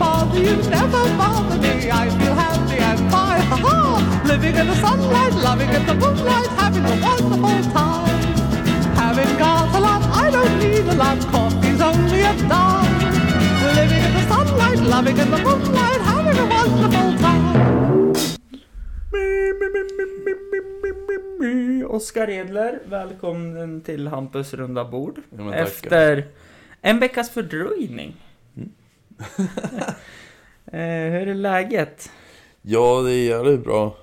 dreams never bother me. I feel happy and fine. Ha ha! Living in the sunlight, loving in the moonlight, having a wonderful time. Having got a lot, I don't need a lot. Coffee's only a dime. Living in the sunlight, loving in the moonlight, having a wonderful time. Oskar Edler, välkommen till Hampus runda bord. Ja, men tackar. Efter en veckas fördröjning. Mm. eh, hur är läget? Ja, det är jävligt bra.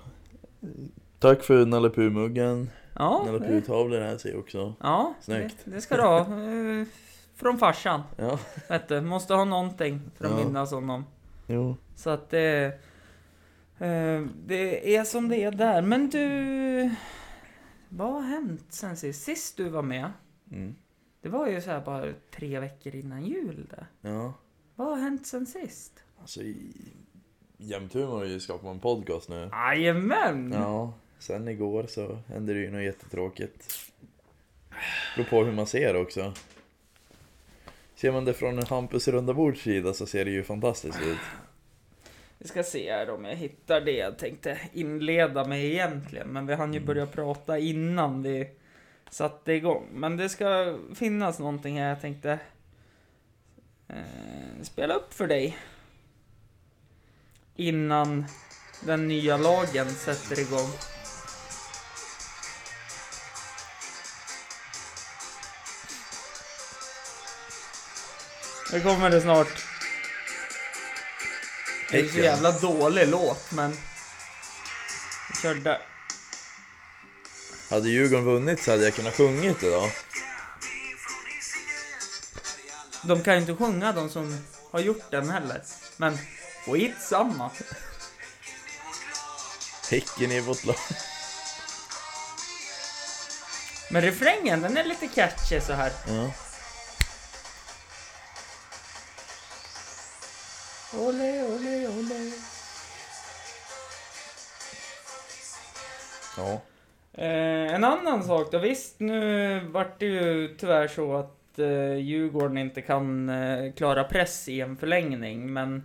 Tack för Nalle Puh-muggen. Ja, Nalle det, Puh-tavlor här ser jag också. ja det, Snyggt. det ska du ha. Eh, Från farsan. Ja, Vet du, måste ha någonting för att Ja. minnas honom. jo. Så att det... Eh, det är som det är där. Men du... Vad har hänt sen sist? Sist du var med? Mm. Det var ju så här bara tre veckor innan jul det. Ja. Vad har hänt sen sist? Alltså, i- Jämthumor har ju skapat en podcast nu. Jajamän! Ja, sen igår så hände det ju något jättetråkigt. Beror på hur man ser också. Ser man det från en Hampus runda bords sida så ser det ju fantastiskt ut. Vi ska se här om jag hittar det jag tänkte inleda med egentligen. Men vi Mm. hann ju börja prata innan vi satte igång. Men det ska finnas någonting här jag tänkte eh, spela upp för dig. Innan den nya lagen sätter igång. Nu kommer det snart. Det är så Tecken. jävla dålig låt, men... Vi kör där. Hade Djurgården vunnit så hade jag kunnat sjungit idag. De kan ju inte sjunga, de som har gjort den heller. Men skitsamma. Häcken i vårt lag. Men refrängen, den är lite catchy så här. Ja. Ole, ole, ole. Ja. Eh, en annan sak då. Visst, nu vart det ju tyvärr så att eh, Djurgården inte kan eh, klara press i en förlängning, men...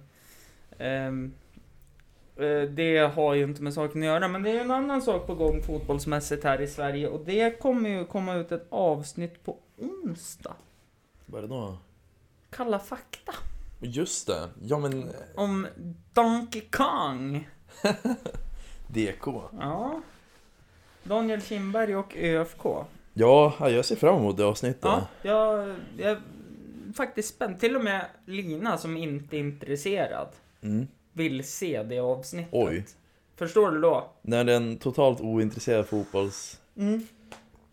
ehm, eh, det har ju inte med saken att göra, men det är ju en annan sak på gång fotbollsmässigt här i Sverige och det kommer ju komma ut ett avsnitt på onsdag. Vad är det då? Kalla fakta. Just det. Ja men eh, Om Donkey Kong. DK. Ja. Daniel Kindberg och ÖFK. Ja, jag ser fram emot det avsnittet. Ja, jag, jag är faktiskt spänd. Till och med Lina som inte är intresserad Mm. vill se det avsnittet. Oj. Förstår du då? Mm. När en totalt ointresserad fotbollsmänniska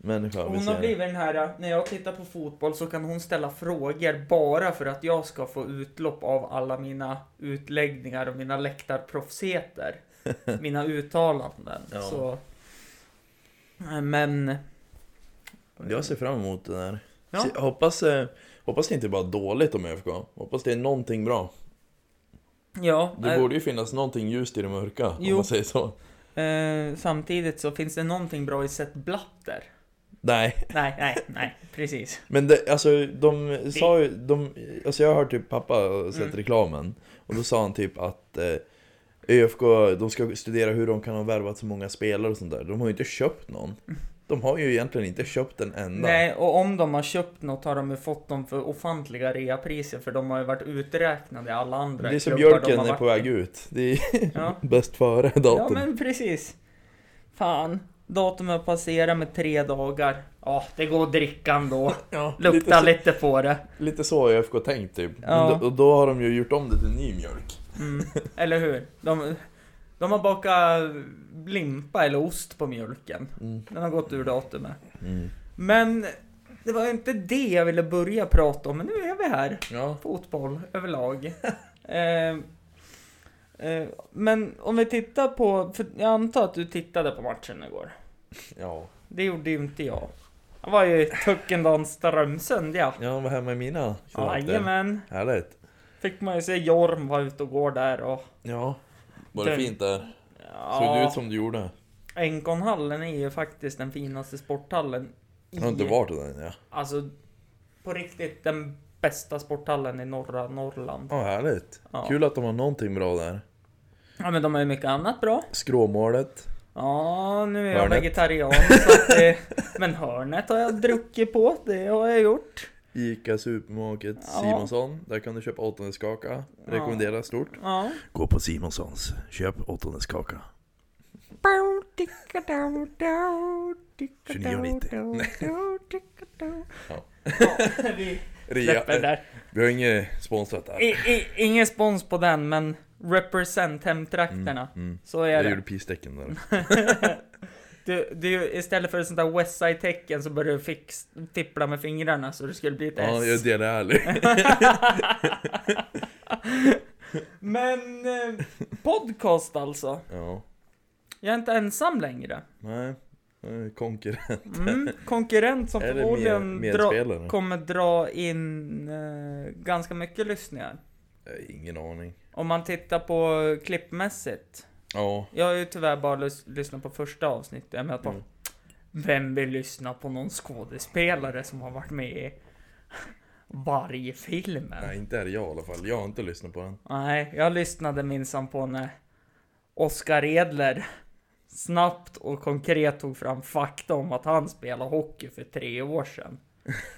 vill Hon se har det. blivit den här, när jag tittar på fotboll så kan hon ställa frågor bara för att jag ska få utlopp av alla mina utläggningar och mina läktarproffsigheter. mina uttalanden. Ja. Så. Men... Jag ser fram emot det där. Ja. Se- Hoppas, eh, hoppas det inte är bara dåligt om ÖFK. Hoppas det är någonting bra. Ja, Det eh, borde ju finnas någonting ljust i det mörka, Jo. om man säger så. eh, samtidigt så finns det någonting bra i Seth Blatter. Nej, Nej, nej, nej, precis. men det, alltså de sa ju, de, alltså jag har hört typ pappa sett Mm. reklamen och då sa han typ att eh, ÖFK, de ska studera hur de kan ha värvat så många spelare och sånt där. De har ju inte köpt någon. De har ju egentligen inte köpt en enda. Nej, och om de har köpt något har de ju fått dem för ofantliga reapriser för de har ju varit uträknade i alla andra det är som klubbar de Björken har är på varit väg i. ut. Det är Ja. bäst före datum. ja, men precis. Fan, datumet passerar med tre dagar. Ja, det går att dricka ändå. Ja, Lukta lite, på det. Lite så har ÖFK tänkt typ. Men Ja. då, och då har de ju gjort om det till ny mjölk. Mm. Eller hur? De, de har bakat limpa eller ost på mjölken. Mm. Den har gått ur datumet. Men det var inte det jag ville börja prata om, men nu är vi här. Ja. Fotboll överlag. eh, eh, men om vi tittar på, för jag antar att du tittade på matchen igår. ja. Det gjorde ju inte jag. Jag var ju i Tuckendans Strömsund ja. Ja, vad hemma i mina trakter. Jajamän. Härligt. Fick man ju se Jorm var ute och går där och... Ja. Var det Den- fint där? Såg det ut Ja, som du gjorde? Enkonhallen är ju faktiskt den finaste sporthallen. i- Jag har inte varit där än ja. Alltså, på riktigt den bästa sporthallen i norra Norrland. Ja, härligt. Ja. Kul att de har någonting bra där. Ja men de har ju mycket annat bra. Skråmålet. Ja, nu är jag Hörnet. vegetarian så att det, Men hörnet har jag druckit på, det har jag gjort. Ica Supermarket Ja. Simonsson. Där kan du köpa åttondeskaka. Rekommenderas stort. Ja. Gå på Simonssons. Köp åttondeskaka. 29,90. Ja. Ja, vi släpper Rea. där. Vi har inget sponsrat I, där. Mm, i, ingen spons på den, men represent hemtrakterna. Mm. Så är Jag gjorde det. Mm. pistecken där. Du, du, istället för ett sånt där Westside-tecken så började du fix, tippla med fingrarna så det skulle bli ett S. Ja, jag är det ärlig. Men eh, podcast alltså. Ja. Jag är inte ensam längre. Nej. Eh, Konkurrent. Mm, konkurrent som Eller förmodligen med- dra, medspelare. kommer dra in eh, ganska mycket lyssningar. Jag har ingen aning. Om man tittar på klippmässigt. Ja. Jag har ju tyvärr bara lys- lyssnat på första avsnittet. Men jag bara, Mm. Vem vill lyssna på någon skådespelare som har varit med i varje filmen? Nej, inte är det jag i alla fall. Jag har inte lyssnat på den. Nej, jag lyssnade minsann på när Oskar Edler snabbt och konkret tog fram fakta om att han spelade hockey för tre år sedan.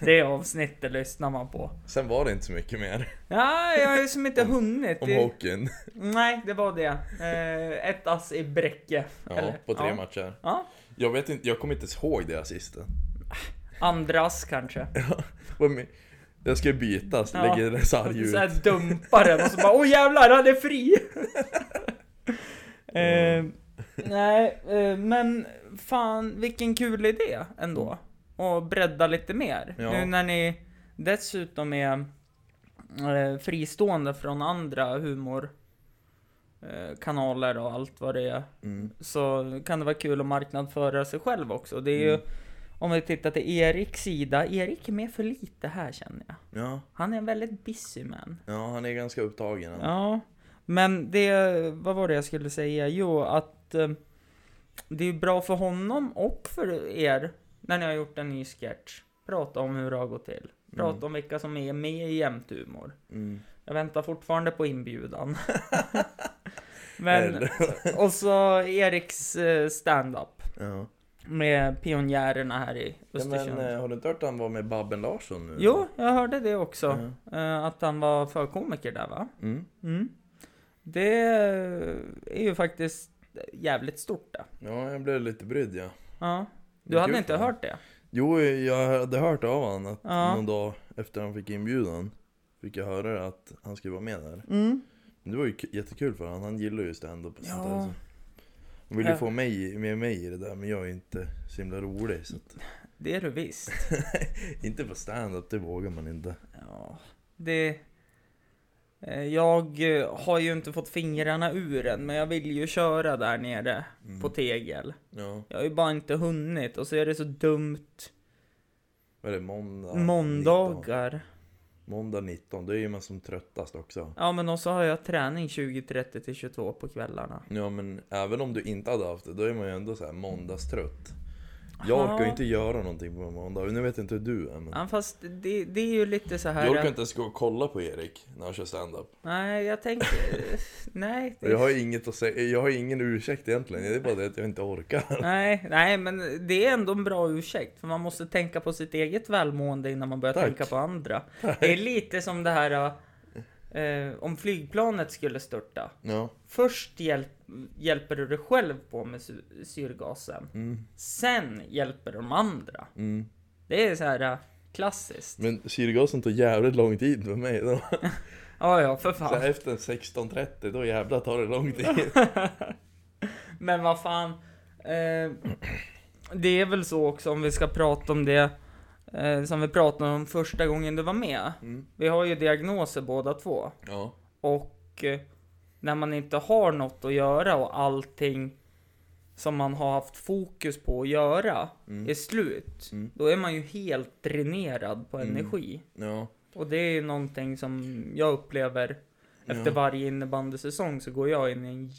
Det avsnittet lyssnar man på. Sen var det inte så mycket mer Nej, jag har ju som inte hunnit. om Det- hockeyn. Nej, det var det. Eh, ett ass i Bräcke. Ja, eller? på tre ja. matcher. Ja. Jag vet inte, jag kommer inte ens ihåg det assisten. Andra ass kanske. Vad men- Jag ska byta, så Ja. lägger sarg ut. Såhär dumpar den och så bara åh jävlar han är fri! eh, Mm. nej, eh, men fan vilken kul idé ändå. Och bredda lite mer. Ja. Nu när ni dessutom är eh, fristående från andra humor eh, kanaler och allt vad det är. Mm. Så kan det vara kul att marknadsföra sig själv också. Det är ju, Mm. om vi tittar till Eriks sida, Erik är med för lite här känner jag. Ja, Han är en väldigt busy man. ja, han är ganska upptagen. han. Ja, men det, vad var det jag skulle säga? Jo, att eh, det är bra för honom och för er när ni har gjort en ny sketch. Prata om hur det har gått till. Prata om vilka som är med i Jämt Humor. Mm. Jag väntar fortfarande på inbjudan. men, Eller- och så Eriks eh, stand-up ja. med pionjärerna här i Ja, men Östersund. eh, har du inte hört att han var med Babben Larsson nu? Jo, jag hörde det också. Ja. Eh, att han var förkomiker där va? Mm. Mm. Det är ju faktiskt jävligt stort det. Ja, jag blev lite brydd ja. Ja. Det Du är hade kul inte för hört det? Jo, jag hade hört av honom att Ja. någon dag efter han fick inbjudan fick jag höra att han skulle vara med där. Mm. Men Det var ju k- jättekul för honom, han gillar ju stand-up och sånt Ja. där. Så. Han ville ju Ja. få mig, med mig i det där, men jag är ju inte så himla rolig. Så att, Det är du visst. inte på stand-up, det vågar man inte. Ja. Det... Eh, Jag eh, har ju inte fått fingrarna ur än, men jag vill ju köra där nere Mm. på Tegel. Ja, Jag har ju bara inte hunnit och så är det så dumt. vad är det? Måndag? 19. Måndagar. Måndag 19, då är ju man som tröttast också. Ja, men och så har jag träning 20.30 till 22 på kvällarna. Ja men även om du inte hade haft det, då är man ju ändå så här måndagstrött. Jag orkar ju Ja. inte göra någonting på måndag, nu vet jag inte hur du är men... Ja, fast det, det är ju lite så här. Jag orkar att- inte ens gå och kolla på Erik när han kör stand-up. Nej, jag tänker... nej, det... Jag har ju inget att säga, jag har ju ingen ursäkt egentligen, det är bara det att jag inte orkar. nej, nej, men det är ändå en bra ursäkt. För man måste tänka på sitt eget välmående innan man börjar Tack. tänka på andra. Det är lite som det här eh, om flygplanet skulle störta. Ja. Först hjälp, hjälper du dig själv på med sy- syrgasen. Mm. Sen hjälper de andra. Mm. Det är så här eh, klassiskt. Men syrgasen tog jävligt lång tid för mig då. Ja, ja, för Så fan. efter 16.30, då jävlar tar det lång tid. Men vad fan. Eh, det är väl så också om vi ska prata om det eh, som vi pratade om första gången du var med. Mm. Vi har ju diagnoser båda två. Ja. Och eh, när man inte har något att göra och allting som man har haft fokus på att göra är slut. Mm. Då är man ju helt dränerad på energi. Ja. Och det är ju någonting som jag upplever efter Ja. varje innebandysäsong så går jag in i en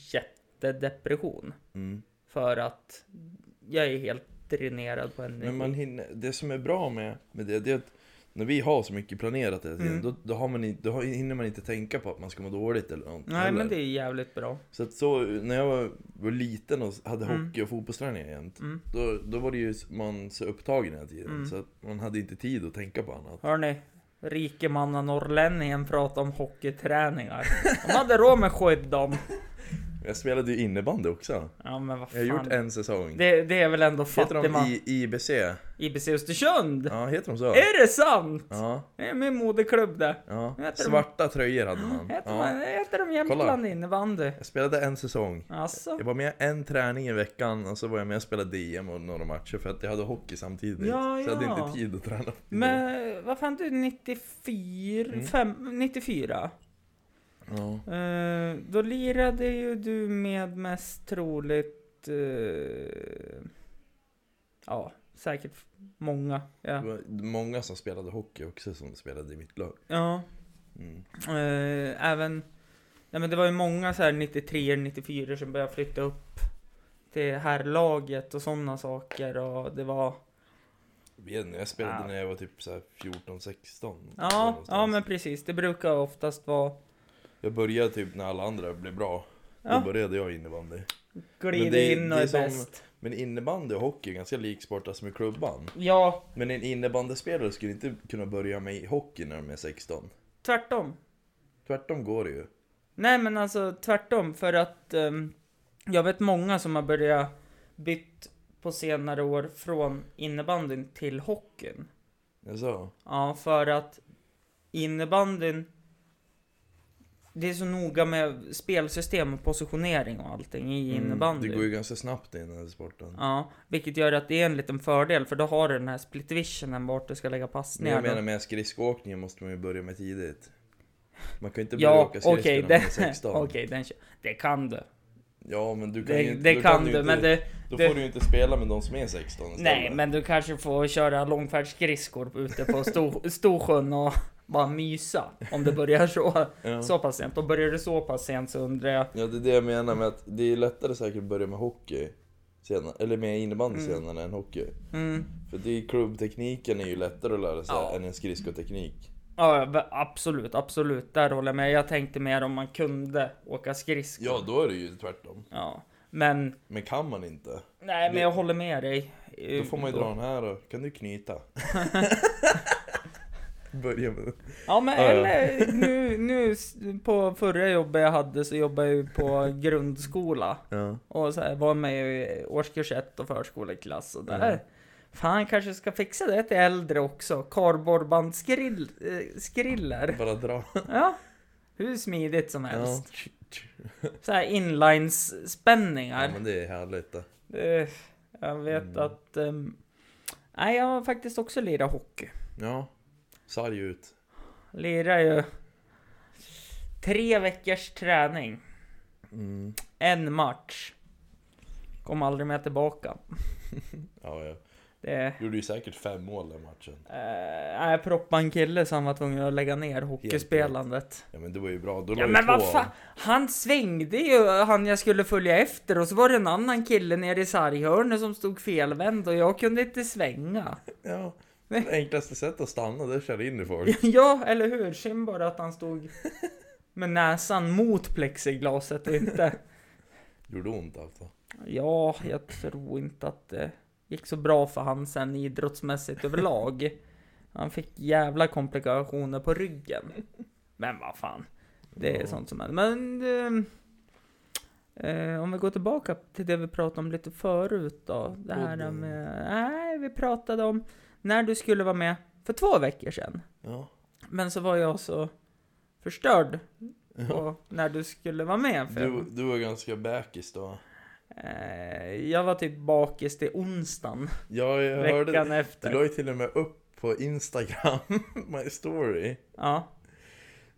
jättedepression. Mm. För att jag är helt dränerad på energi. Men man hinner, det som är bra med, med det, det är att När vi har så mycket planerat hela tiden, Mm. då, då, har man, i- då har- hinner man inte tänka på att man ska må dåligt eller något Nej, heller. men det är jävligt bra. Så att så, när jag var, var liten och hade Mm. hockey och fotbollsträningar jämt Mm. då, då var det ju s- man så upptagen hela tiden Mm. så att man hade inte tid att tänka på annat. Hörni, rikemanna norrlänningen pratar om hockeyträningar. De hade råd med skydd dem. Jag spelade ju innebandy också. Ja, men vad Jag har fan. gjort en säsong. det, det är väl ändå Heter de fattigman. I, IBC? IBC Östersund! Ja, heter de så? Är det sant? Ja, Det är min moderklubb det. ja. Heter de- Svarta tröjor hade man. Heter, man, Ja. heter de Jämtland innebandy? Jag spelade en säsong. Alltså. Jag var med en träning i veckan och så var jag med och spelade DM och några matcher för att jag hade hockey samtidigt. Ja, Så jag hade ja. inte tid att träna. Men vad fan du, 94? Mm. Fem, 94? Ja. Eh, då lirade ju du med mest troligt... eh, ja, säkert många. Det Ja. var många som spelade hockey också som spelade i mitt lag. ja Mm. eh, även... Nej men det var ju många så här 93 94 som började flytta upp till herrlaget och sådana saker och det var... Jag vet inte, jag spelade Ja. när jag var typ så här 14-16. Ja, ja men precis. Det brukar oftast vara... Jag började typ när alla andra blev bra. Ja. Då började jag innebandy. Glida Men det- in och det är, är som- bäst. Men innebandy och hockey är ganska lik sportar som är klubban. Ja, Men en innebandyspelare skulle inte kunna börja med hockey när de är 16. tvärtom. Tvärtom går det ju. Nej men alltså tvärtom för att ehm, jag vet många som har börjat bytt på senare år från innebandyn till hockeyn. Jaså? Ja, för att innebandyn det är så noga med spelsystem och positionering och allting i innebandy. Mm, Det går ju ganska snabbt i den här sporten. Ja, vilket gör att det är en liten fördel för då har du den här split visionen vart du ska lägga Men jag passningar. menar med skridskoåkningen måste man ju börja med tidigt. Man kan ju inte börja ja, åka skridskor okej, när den, man är 16. okej, den, det kan du. Ja, men du kan ju Det, inte... det då kan ju du, inte, men det, Då det- får du ju inte spela med de som är 16 istället. Nej, men du kanske får köra långfärdsskridskor ute på stor, Storsjön och bara mysa om det börjar så, Ja. så pass sent. Och börjar det så pass sent så undrar jag. Ja, det är det jag menar med att det är lättare säkert att börja med hockey senare, eller med innebandy senare än hockey. Mm, För det är, klubbtekniken är ju lättare att lära sig Ja. än en skridskoteknik. ja, va- absolut, absolut. Där håller jag med. Jag tänkte mer om man kunde åka skridskor. Ja, då är det ju tvärtom. Ja, men Men kan man inte, nej, men Det- jag håller med dig. då får man ju Eh, Då- dra den här och kan du knyta. Börja med Ja men Ja, ja. eller nu, nu s- på förra jobbet jag hade så jobbade jag ju på grundskola. ja. Och så här, var med i årskurs 1 och förskoleklass och där. Mm. Fan, kanske ska fixa det till äldre också. Kardborrbandsskrill... Eh, skriller. Bara dra. Ja. Hur smidigt som Ja. helst. Så här inlines-spänningar. ja, Mm. men det är härligt det. Eh, jag vet att... ehm, nej, jag har faktiskt också lirat hockey. Ja, sarg ut. Lirar ju... Tre veckors träning. Mm. En match. Kom aldrig mer tillbaka. Ja, jag Det... gjorde ju säkert fem mål den matchen. Eh, Nej, proppade en kille så han var tvungen att lägga ner hockeyspelandet. Ja, men det var ju bra. Då Ja la ju men två vad av. fan! Han svängde ju han jag skulle följa efter och så var det en annan kille nere i sarghörnet som stod felvänd och jag kunde inte svänga. Ja, det enklaste sättet att stanna det är att köra in i folk. ja, eller hur? Synd bara att han stod med näsan mot plexiglaset och inte... Gjorde ont alltså. Ja, jag tror inte att det gick så bra för han sen idrottsmässigt överlag. Han fick jävla komplikationer på ryggen. Men vad fan. Det är Ja. sånt som händer. Men ehm, eh, om vi går tillbaka till det vi pratade om lite förut då. Det här Podden. med... Nej, vi pratade om när du skulle vara med för två veckor sedan. Ja. Men så var jag så förstörd på när du skulle vara med. För Du, du var ganska bäkis då. Eh, jag var typ bakis till onsdagen, Ja, jag hörde veckan det. Du efter. la ju till och med upp på Instagram, my story. Ja.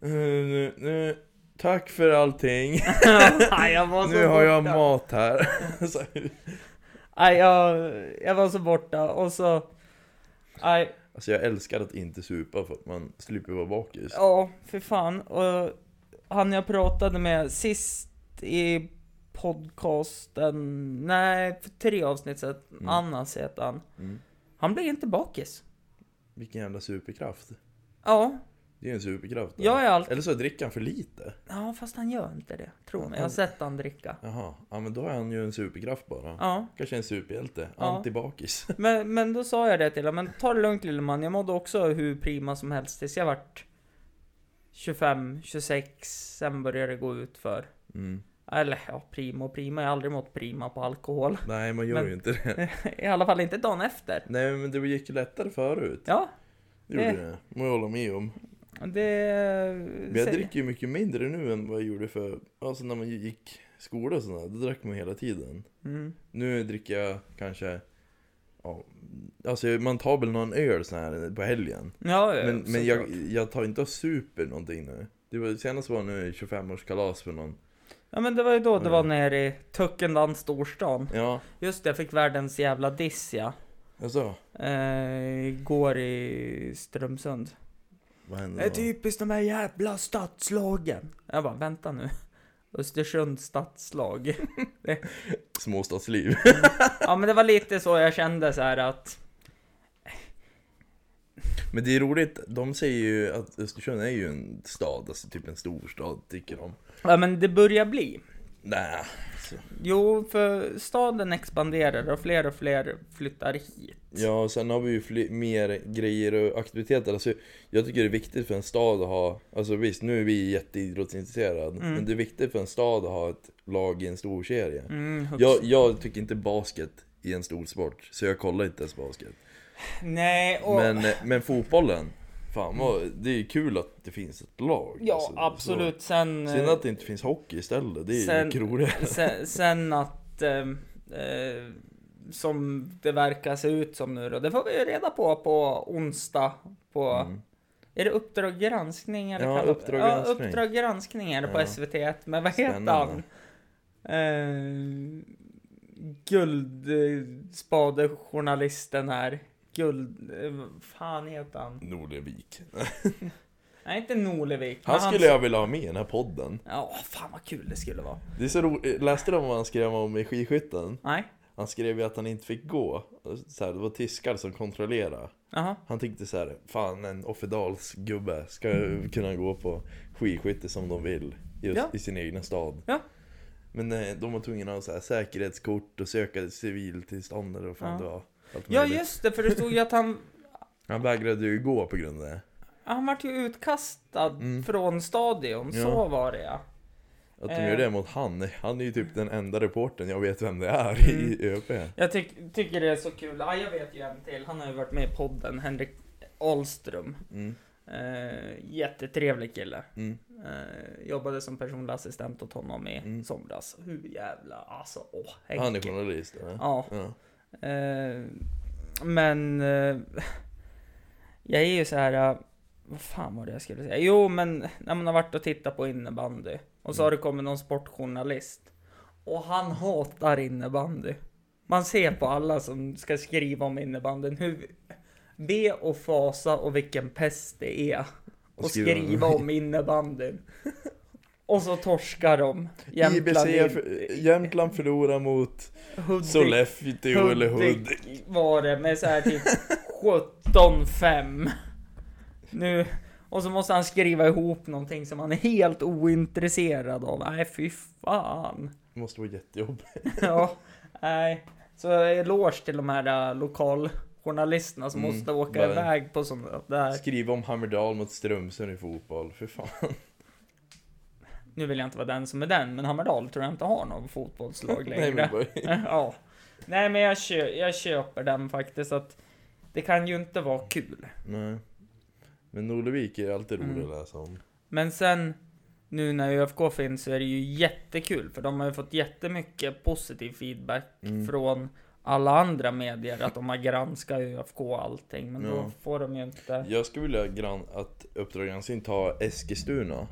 Eh, nu, nu, tack för allting. Nej, jag var så Nu har jag borta. mat här. Så, Nej, jag, jag var så borta och så... Nej, alltså jag älskar att inte supa för att man slipper vara bakis. ja, för fan. Och han jag pratade med sist i podcasten, nej, för tre avsnitt sedan, Mm. Annas heter han. Mm. Han blir inte bakis. Vilken jävla superkraft. Ja, Det är ju en superkraft. det. jag är alltid... Eller så dricker han för lite. Ja, fast han gör inte det. Tro mig. Jag har Han- sett han dricka. Jaha, ja men då är han ju en superkraft bara. Ja, Kanske en superhjälte. Ja. Antibakis. men, men då sa jag det till honom. Men ta det lugnt lille man. Jag mådde också hur prima som helst tills jag vart 25, 26. Sen började det gå ut för Mm. Eller ja, prima och prima. Jag har aldrig mått prima på alkohol. Nej, man gör Men- ju inte det. I alla fall inte dagen efter. Nej, men det gick ju lättare förut. Ja, Eh. Det gjorde det- det. Må jag hålla med om. det... Men jag dricker ju mycket mindre nu än vad jag gjorde för, alltså när man gick skola och sådär, då drack man hela tiden. Mm. Nu dricker jag kanske, ja, alltså man tar väl någon öl så här på helgen. Ja, ja, Men, men såklart. jag, jag tar inte och super någonting nu. Det var, senast var nu 25-årskalas för någon. Ja men det var ju då det var Mm. nere i Tuckendan, storstan. Ja, Just det, jag fick världens jävla diss ja. alltså. Eh, igår i Strömsund. Vad hände Det är typ- då? typiskt de här jävla stadslagen. Jag bara, vänta nu. Östersunds stadslag. Småstadsliv. ja men det var lite så jag kände så här att... Men det är roligt, de säger ju att Östersund är ju en stad, alltså typ en storstad tycker de. Ja men det börjar bli. Nej, Jo, för staden expanderar och fler och fler flyttar hit. Ja, och sen har vi ju fler, mer grejer och aktiviteter. Alltså, jag tycker det är viktigt för en stad att ha, alltså visst nu är vi jätteidrottsintresserade, Mm. men det är viktigt för en stad att ha ett lag i en stor serie. Mm, högst- Jag, jag tycker inte basket är en stor sport, så jag kollar inte ens basket. Nej, och... Men, men fotbollen, fan vad, det är ju kul att det finns ett lag. ja, alltså, absolut. Sen... Så. Sen att det inte finns hockey istället, det är ju Sen- mycket roligare. sen, sen att... ehm, eh, som det verkar se ut som nu då. Det får vi ju reda på på onsdag. På, Mm. Är det Uppdrag granskning? Eller Ja, kallar- Uppdrag ja, granskning. Uppdrag granskning är det på Ja. SVT1. Men vad heter Spännande. han? Eh, Guldspadejournalisten här. Guld... Eh, vad fan heter han? Norlevik. Nej, inte Norlevik. men Han skulle jag vilja ha med i den här podden. Ja, fan vad kul det skulle vara. Det är så roligt, läste du om vad han skrev om i skidskytten? Nej, Han skrev ju att han inte fick gå. Så här, det var tyskar som kontrollerade. jaha. Han tyckte så här, fan en Offerdalsgubbe ska ju kunna gå på skidskytte som de vill i, Ja. i sin egna stad. Ja. Men eh, de var tvungna att ha så här, säkerhetskort och söka civiltillstånd eller vad fan Ja. det var. Allt Ja möjligt. just det, för det stod ju att han, Han vägrade ju gå på grund av det. han vart ju utkastad Mm. från stadion, Ja. så var det ja. Att de Eh. gör det mot han, han är ju typ den enda reportern jag vet vem det är Mm. i ÖP. Jag tyck, tycker det är så kul, ja, jag vet ju en till, han har ju varit med i podden, Henrik Ahlström. Mm. Eh, jättetrevlig kille. Mm. Eh, jobbade som personlig assistent åt honom i Mm. somras. Hur jävla, alltså åh, Henke. Han är journalist, eller? Ja. Ja. Eh, men eh, jag är ju så här. eh, Vad fan var det jag skulle säga? Jo, men när man har varit och tittat på innebandy och Mm. så har det kommit någon sportjournalist och han hatar innebandy. Man ser på alla som ska skriva om innebandyn hur be och fasa och vilken pest det är Och att skriva om- skriva om innebandyn. Och så torskar de. Jämtland, IBC, för- Jämtland förlorar mot Hudik- Sollefteå eller Hudik. Hudik var det med så här typ 17-5. Nu. Och så måste han skriva ihop någonting som han är helt ointresserad av. Nej, fy fan. Det måste vara jättejobbigt. Ja, nej. Så eloge till de här äh, lokaljournalisterna som Mm, måste åka bara- iväg på sånt där. Skriva om Hammerdal mot Strömsund i fotboll, för fan. Nu vill jag inte vara den som är den, men Hammerdal tror jag inte har någon fotbollslag Nej, längre. men bara... ja. Nej, men jag, kö- jag köper den faktiskt. att Det kan ju inte vara kul. Nej. Men Norlevik är alltid rolig Mm. att läsa om. Men sen nu när ÖFK finns så är det ju jättekul för de har ju fått jättemycket positiv feedback Mm. från alla andra medier att de har granskat ÖFK och allting men då Ja. får de ju inte... Jag skulle vilja gran... att Uppdrag granskning tar Eskilstuna.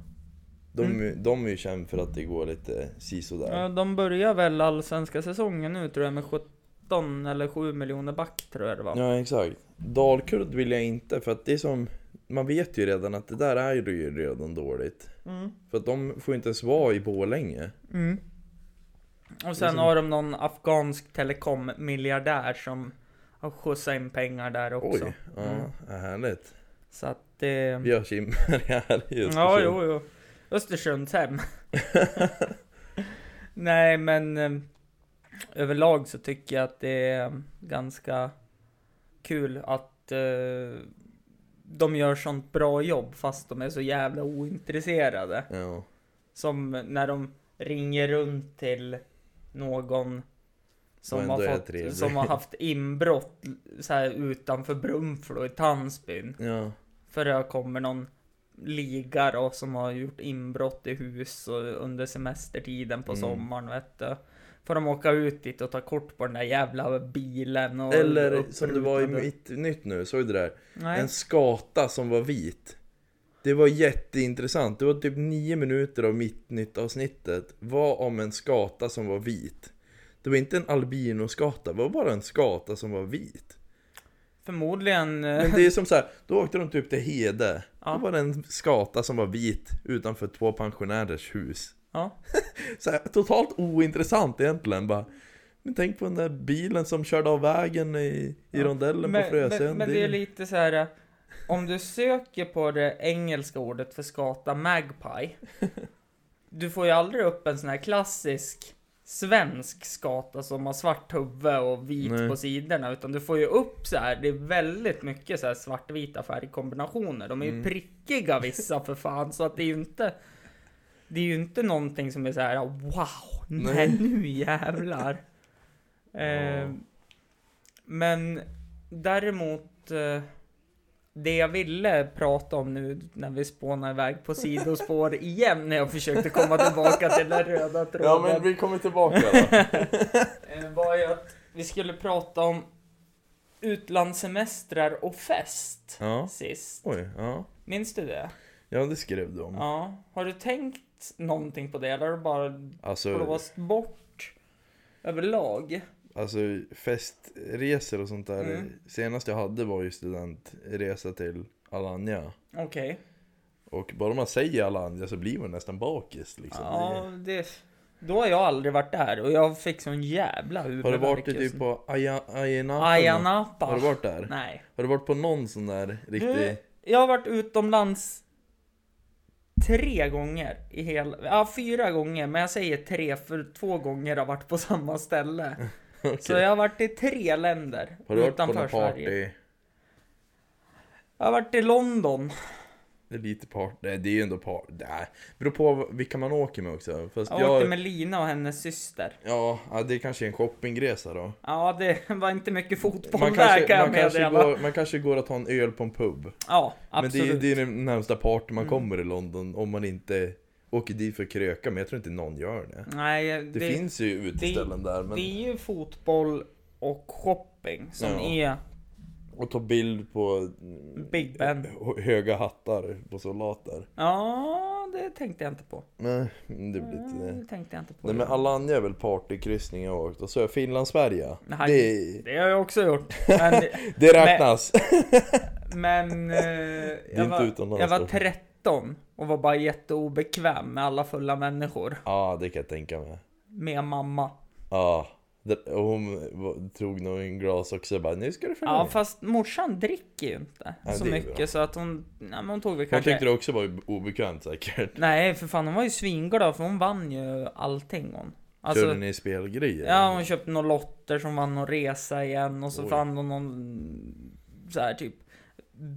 De, de är ju kända för att det går lite sisådär. Mm. Ja, de börjar väl allsvenska säsongen nu tror jag med 17 eller 7 miljoner back tror jag det var. Ja, exakt. Dalkurd vill jag inte, för att det är som... Man vet ju redan att det där är ju redan dåligt. Mm. För att de får inte ens vara i Borlänge. Mm. Och sen har de någon afghansk telekom-miljardär som har skjutsat in pengar där också. Oj, ja, Mm. härligt. Så att det... Vi har Kimberg här i Ja, Östersund. jo, jo. Östersundshem. Nej, men eh, överlag så tycker jag att det är ganska kul att eh, de gör sånt bra jobb fast de är så jävla ointresserade. Ja, Som när de ringer runt till någon Och som ändå har, är fått, trevlig. som har haft inbrott så här, utanför Brunflo i Tandsbyn. ja. För det kommer någon liga då som har gjort inbrott i hus och under semestertiden på Mm. sommaren vet du. Får de åka ut dit och ta kort på den där jävla bilen och Eller och som det var i prutade. mitt nytt nu, såg du det där? Nej. En skata som var vit. Det var jätteintressant. Det var typ nio minuter av mitt nytt avsnittet var om en skata som var vit. Det var inte en albinoskata, det var bara en skata som var vit. Förmodligen... eh, Men det är som så här, då åkte de typ till Hede. Ja. Då var det en skata som var vit utanför två pensionärers hus. Ja. Så här, totalt ointressant egentligen bara. Men tänk på den där bilen som körde av vägen i, i Ja, rondellen på Frösön. Men, men det är lite så här. eh, Om du söker på det engelska ordet för skata, magpie. Du får ju aldrig upp en sån här klassisk svensk skata som har svart huvud och vit Nej. på sidorna. Utan du får ju upp så här. Det är väldigt mycket så här svartvita färgkombinationer. De är ju Mm. prickiga vissa för fan. Så att det är ju inte. Det är ju inte någonting som är så här. Wow, nej, Nej. nu jävlar. Ja. eh, men däremot eh, det jag ville prata om nu när vi spånar iväg på sidospår igen när jag försökte komma tillbaka till den röda Ja men tråden vi kommer tillbaka då. eh, var ju att vi skulle prata om utlandssemestrar och fest ja. sist. Oj, ja. Minns du det? Ja det skrev du om. Ja. Har du tänkt någonting på det eller har du bara Alltså, blåst bort överlag? alltså festresor och sånt där. Mm. Senast jag hade var ju studentresa till Alanya. Okej. Och bara man säger Alanya så blir man nästan bakis liksom. Ja, det... Då har jag aldrig varit där och jag fick sån jävla Det- Har du varit huvudvärk typ just nu. på Aya- Ayia Ayia Napa? Napa? Har du varit där? Nej. Mm. Har du varit på någon sån där riktig... Du, jag har varit utomlands tre gånger i hela... Ja, fyra gånger, men jag säger tre för två gånger har jag varit på samma ställe. Okej. Så jag har varit i tre länder Har du varit på utanför någon Sverige. party? Jag har varit i London. Det är lite party. Nej, det är ju ändå party. Nej, beror på vilka man åker med också. Fast Jag jag... har varit med Lina och hennes syster. Ja, ja, det är kanske är en shoppingresa då. Ja, det var inte mycket fotboll Man där kanske, kan jag man, kanske meddela. går, man kanske går att ta en öl på en pub. Ja, Men det absolut. Mm. är, det är den närmsta party man kommer i London om man inte åker dit för att kröka. Men jag tror inte någon gör det. Nej, Det, finns ju uteställen där. Men... Det är ju fotboll och shopping som Ja. är Och ta bild på mm, Big Ben. hö- höga hattar på soldater. Ja, det tänkte jag inte på. Nej, det blir lite... Ja, Det tänkte jag inte på. Nej men Alanya är väl partykryssning jag har åkt. Och så är Finland-Sverige. Nej. Det, Det har jag också gjort. Men, det räknas. men eh, är jag, inte var, utomlands jag var då. 13 och var bara jätteobekväm med alla fulla människor. Ja, det kan jag tänka mig. Med mamma. Ja. Det- Och hon var- drog nog en glas också och bara nu ska du följa Ja, med. fast morsan dricker ju inte Ja, så det är mycket bra. så att hon... Nej, men hon tog väl Hon kanske... tyckte det också var obekvämt säkert. Nej, för fan hon var ju svinglad för hon vann ju allting hon. Alltså, Körde ni spelgrejer? Ja, hon köpte några lotter som vann någon resa igen och så Eh, Oj. fann hon någon så här typ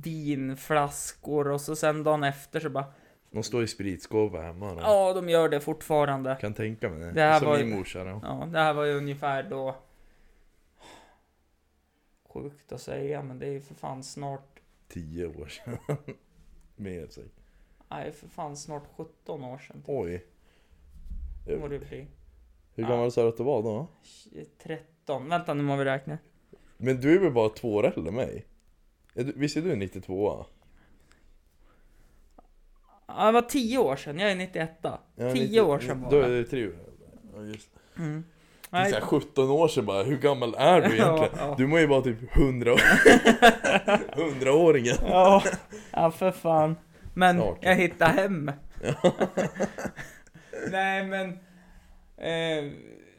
vinflaskor och så sen dagen efter så bara De står i spritskåpet hemma då. ja, de gör det fortfarande. Kan tänka mig det. Det här Som var ju- min morsa då. Ja, det här var ju ungefär då. Sjukt att säga, men det är ju för fan snart. Tio år sedan. Mer sig. Nej, för fan snart 17 år sedan. Oj. Må det bli. Hur gammal sa du att du var då? 13. Vänta, nu må vi räkna. Men du är väl bara två år äldre än mig? Är du- Visst är du 92? Ja, det var 10 år sedan. Jag är 91. 10 år sedan var Då är det. du tre år äldre. Ja, just. det. Mm. Det är Nej. så här 17 år sedan bara, hur gammal är du egentligen? Ja, ja. Du må ju vara typ 100 år. 100-åringen. Ja, ja för fan. Men Snart. jag hittade hem. Nej men. Eh,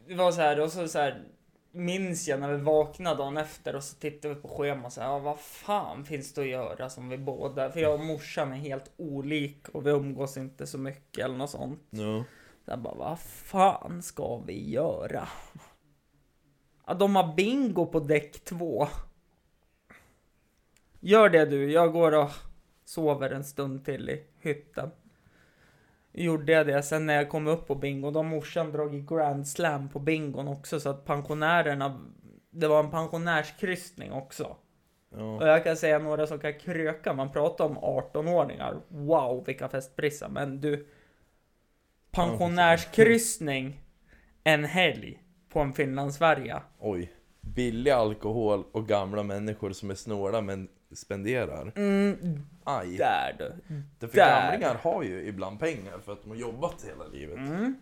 det var så här och så, så här. minns jag när vi vaknade dagen efter och så tittade vi på schemat och så här, ja, vad fan finns det att göra som vi båda, för jag och morsan är helt olik och vi umgås inte så mycket eller något sånt. Ja. Så jag bara, vad fan ska vi göra? Ja, de har bingo på däck två. Gör det du, jag går och sover en stund till i hytten. Gjorde jag det, sen när jag kom upp på bingo, då har morsan dragit grand slam på bingon också så att pensionärerna, det var en pensionärskryssning också. Och ja. jag kan säga några som kan kröka, man pratar om 18-åringar, wow vilka festprissar, men du Pensionärskryssning en helg på en finlandsfärja. Oj. Billig alkohol och gamla människor som är snåla men spenderar. Mm, Aj. där du. Det för där. gamlingar har ju ibland pengar för att de har jobbat hela livet. Mm.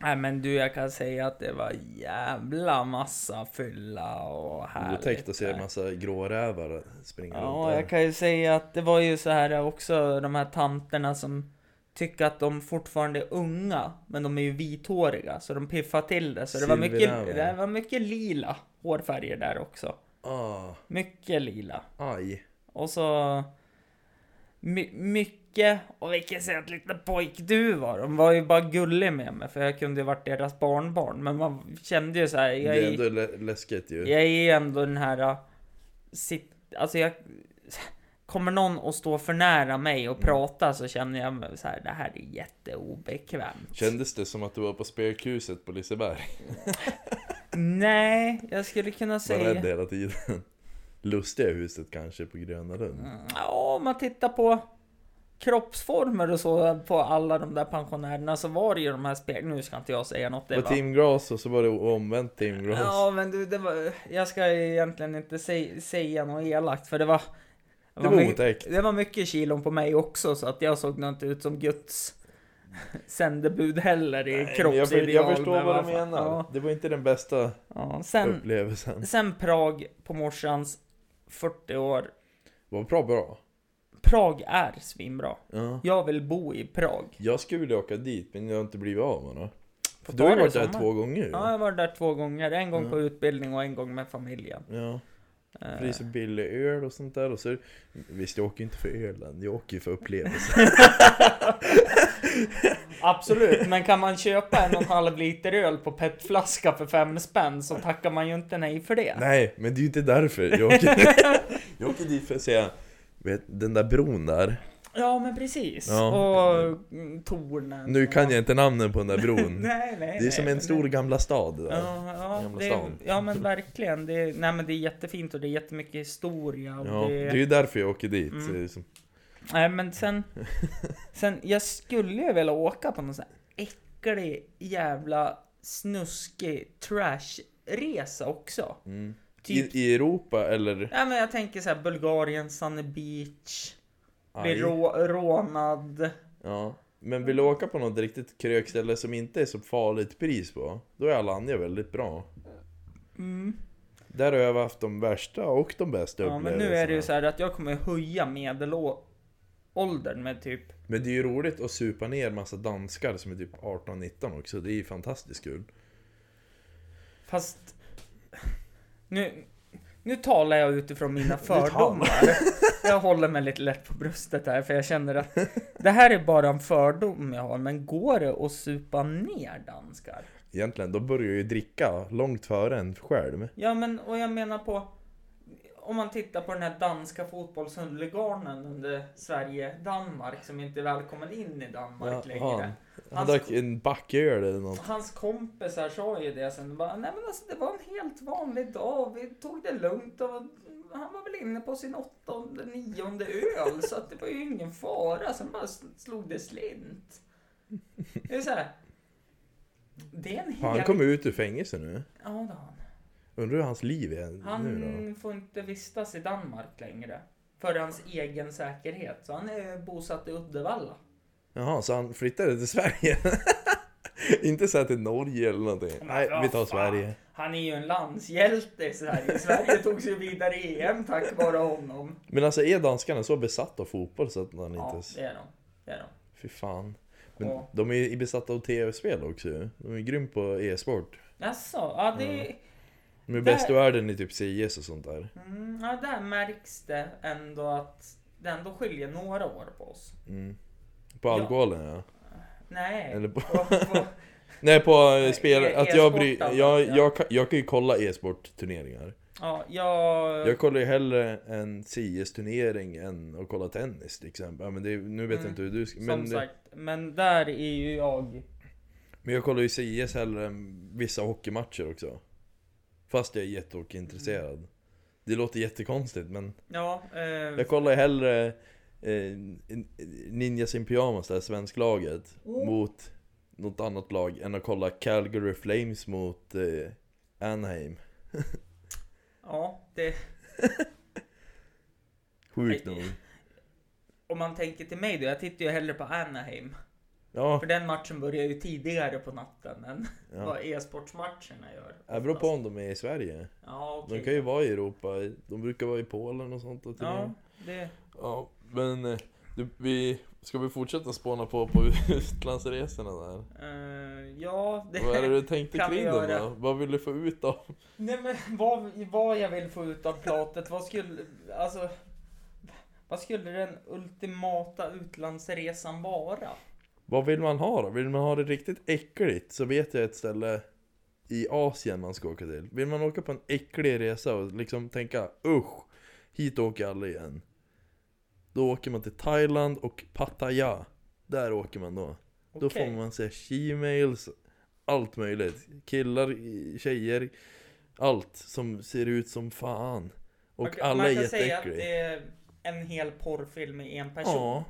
Nej men du, jag kan säga att det var jävla massa fylla och härligt. Otäckt att se där. en massa grårävar springa Ja, runt jag kan ju säga att det var ju så här också de här tanterna som tycker att de fortfarande är unga, men de är ju vithåriga, så de piffar till det. Så det var, mycket, Silvernävar. det var mycket lila hårfärger där också. Ah, Mycket lila. aj. Och så... My, mycket, och vilken söt liten pojk du var. De var ju bara gullig med mig, för jag kunde ju varit deras barnbarn. Men man kände ju så här, jag det är gick- ändå lä- läskigt ju. jag är ju ändå den här... äh, Sitt, alltså jag... Kommer någon att stå för nära mig Mm. och prata så känner jag mig så här, det här är jätteobekvämt. Kändes det som att du var på spökhuset på Liseberg? Nej, jag skulle kunna Var säga... rädd hela tiden. Lustiga huset kanske på Gröna Lund. Mm, Ja, om man tittar på kroppsformer och så på alla de där pensionärerna så var det ju de här speglarna. Nu ska inte jag säga något. Det Det var var... Team Grass och så var det omvänt Team Grass. Ja, men du, det var... Jag ska egentligen inte sä- säga något elakt för det var... det var, mycket- otäckt. Det var mycket kilon på mig också så att jag såg nog inte ut som Guds sändebud heller i Nej, men jag, för, kroppsideal. jag förstår men vad fan. du menar. Ja, Det var inte den bästa ja. Sen, upplevelsen. sen Prag på morsans 40 år. Det var bra bra. Prag är svinbra. Ja. Jag vill bo i Prag. Jag skulle vilja åka dit men jag har inte blivit av med det. Får För du ta har ju det i varit där sommar. två gånger. Ja, jag Ja. har varit där två gånger. En gång Mm. på utbildning och en gång med familjen. ja. Eh, För det är så billig öl och sånt där. Och så, visst, jag åker ju inte för ölen. Jag åker ju för upplevelsen. Absolut, men kan man köpa en och en halv liter öl på petflaska för fem spänn så tackar man ju inte nej för det. Nej, men det är ju inte därför. Jag åker, jag åker dit för att säga, vet, den där bron där. Ja, men precis. Ja. Och mm, tornen. Nu och- kan jag inte namnen på den där bron. Nej, nej, Det är som nej, en stor nej. gamla stad. där. Ja, ja, Gamla det är, stan. ja men verkligen. Det är, nej, men det är jättefint och det är jättemycket historia. Och Ja, det det, är ju därför jag åker dit. Mm. så det är som- Nej men sen, sen, jag skulle ju vilja åka på någon sån här äcklig jävla snuskig trashresa också. Mm. Typ, I, I Europa eller? nej men jag tänker så här Bulgarien, Sunny Beach, bli Aj. rå, rånad. Ja. Men vill du åka på något riktigt krökställe som inte är så farligt pris på? Då är Alanya väldigt bra. Mm. Där har jag haft de värsta och de bästa Ja men upplevelserna. nu är det ju så här att jag kommer höja medelåldern med typ Men det är ju roligt att supa ner massa danskar som är typ 18-19 också. Det är ju fantastiskt kul. Fast... Nu, nu talar jag utifrån mina talar. fördomar. Jag håller mig lite lätt på bröstet här, för jag känner att det här är bara en fördom jag har, men går det att supa ner danskar? Egentligen, de börjar ju dricka långt före en själv. Ja, men och jag menar på... Om man tittar på den här danska fotbollshuliganen under Sverige-Danmark som inte är välkommen in i Danmark Ja, längre. han. Han Hans- drack en backöl eller något. Hans kompisar sa ju det sen. Bara, Nej men alltså det var en helt vanlig dag. Vi tog det lugnt och han var väl inne på sin åttonde, nionde öl. Så att det var ju ingen fara. Sen bara slog det slint. Det är så här. Det är en Han hel... kom ut ur fängelse nu. Ja, det har han. Undrar hur hans liv är nu då? Han får inte vistas i Danmark längre. För hans egen säkerhet. Så han är bosatt i Uddevalla. Jaha, så han flyttade till Sverige? Inte så här till Norge eller någonting? Men Nej, vad vi tar fan. Sverige. Han är ju en landshjälte i Sverige. Sverige tog sig vidare i EM tack vare honom. Men alltså är danskarna så besatta av fotboll så att man inte... Ja, ens- det är de. Det är de. Fy fan. Men Ja. de är ju besatta av tv-spel också ju. De är grymma på e-sport. Jaså, ja det... De är bäst i världen i typ CS och sånt där. Mm, ja, där märks det ändå att det ändå skiljer några år på oss. Mm. På Ja. alkoholen ja. Nej. Eller på- Vad- vad- Nej på eh, spel, E- att jag e-sport bryr, alltså, jag, ja. jag, kan- jag kan ju kolla e-sportturneringar. ja, jag... Jag kollar ju hellre en CS-turnering än att kolla tennis till exempel. Ja, men det, är- nu vet Mm. jag inte hur du ska... som Men, eh, det- sagt, men där är ju jag... men jag kollar ju CS hellre än vissa hockeymatcher också. Fast jag är jättehockeyintresserad. Mm. Det låter jättekonstigt men Ja, eh, jag kollar ju hellre eh, Ninjas in Pyjamas, det här svensklaget, Mm. mot något annat lag än att kolla Calgary Flames mot eh, Anaheim. ja det, Sjukt Nej. nog. om man tänker till mig då, jag tittar ju hellre på Anaheim. Ja, För den matchen börjar ju tidigare på natten än ja. vad e-sportsmatcherna gör. Det beror på om de är i Sverige. Ja, okej. De kan ju vara i Europa, de brukar vara i Polen och sånt. Och Ja, det... ja, men eh, du, vi, ska vi fortsätta spåna på på utlandsresorna där? eh, ja, det... Vad är det du tänkte kan vi kring dem göra. då? Vad vill du få ut av Nej men vad, vad jag vill få ut av pratet, vad skulle, alltså... Vad skulle den ultimata utlandsresan vara? Vad vill man ha då? Vill man ha det riktigt äckligt så vet jag ett ställe i Asien man ska åka till. Vill man åka på en äcklig resa och liksom tänka usch, hit åker jag aldrig igen. Då åker man till Thailand och Pattaya. Där åker man då. Då Okej. får man se she-mails, allt möjligt. Killar, tjejer, allt som ser ut som fan. Och Man kan- alla är Man kan säga att jätteäckliga. det är en hel porrfilm i en person. Ja,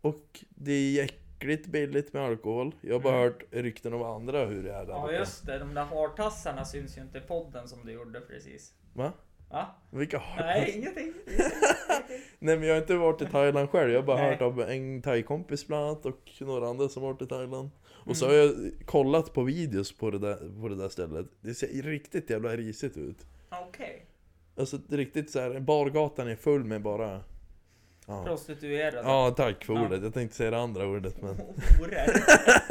och det är jäkligt billigt med alkohol. Jag har bara Mm. hört rykten om andra hur det är där Ja borta. just det, de där hartassarna syns ju inte i podden som du gjorde precis. Va? Va? Vilka har Nej, ingenting. Nej men jag har inte varit i Thailand själv, jag har bara Nej. hört av en thai-kompis bland annat och några andra som har varit i Thailand. Och så Mm. har jag kollat på videos på det, där, på det där stället. Det ser riktigt jävla risigt ut. Okej. Alltså det är riktigt så här, bargatan är full med bara... Ja, Prostituerade. ja tack för Ja. ordet. Jag tänkte säga det andra ordet men... Horor.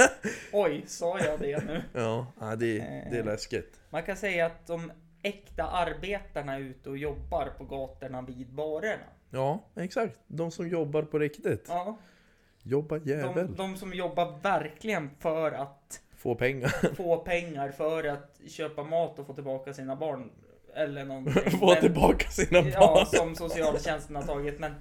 Oj, sa jag det nu? Ja, ja det, det är Eh. läskigt. Man kan säga att de äkta arbetarna är ute och jobbar på gatorna vid barerna. Ja, exakt. De som jobbar på riktigt. Ja, Jobba jävel. de, de som jobbar verkligen för att Få pengar. få pengar för att köpa mat och få tillbaka sina barn. Eller någonting. Få Men- tillbaka sina Ja, barn. som socialtjänsten har tagit. Men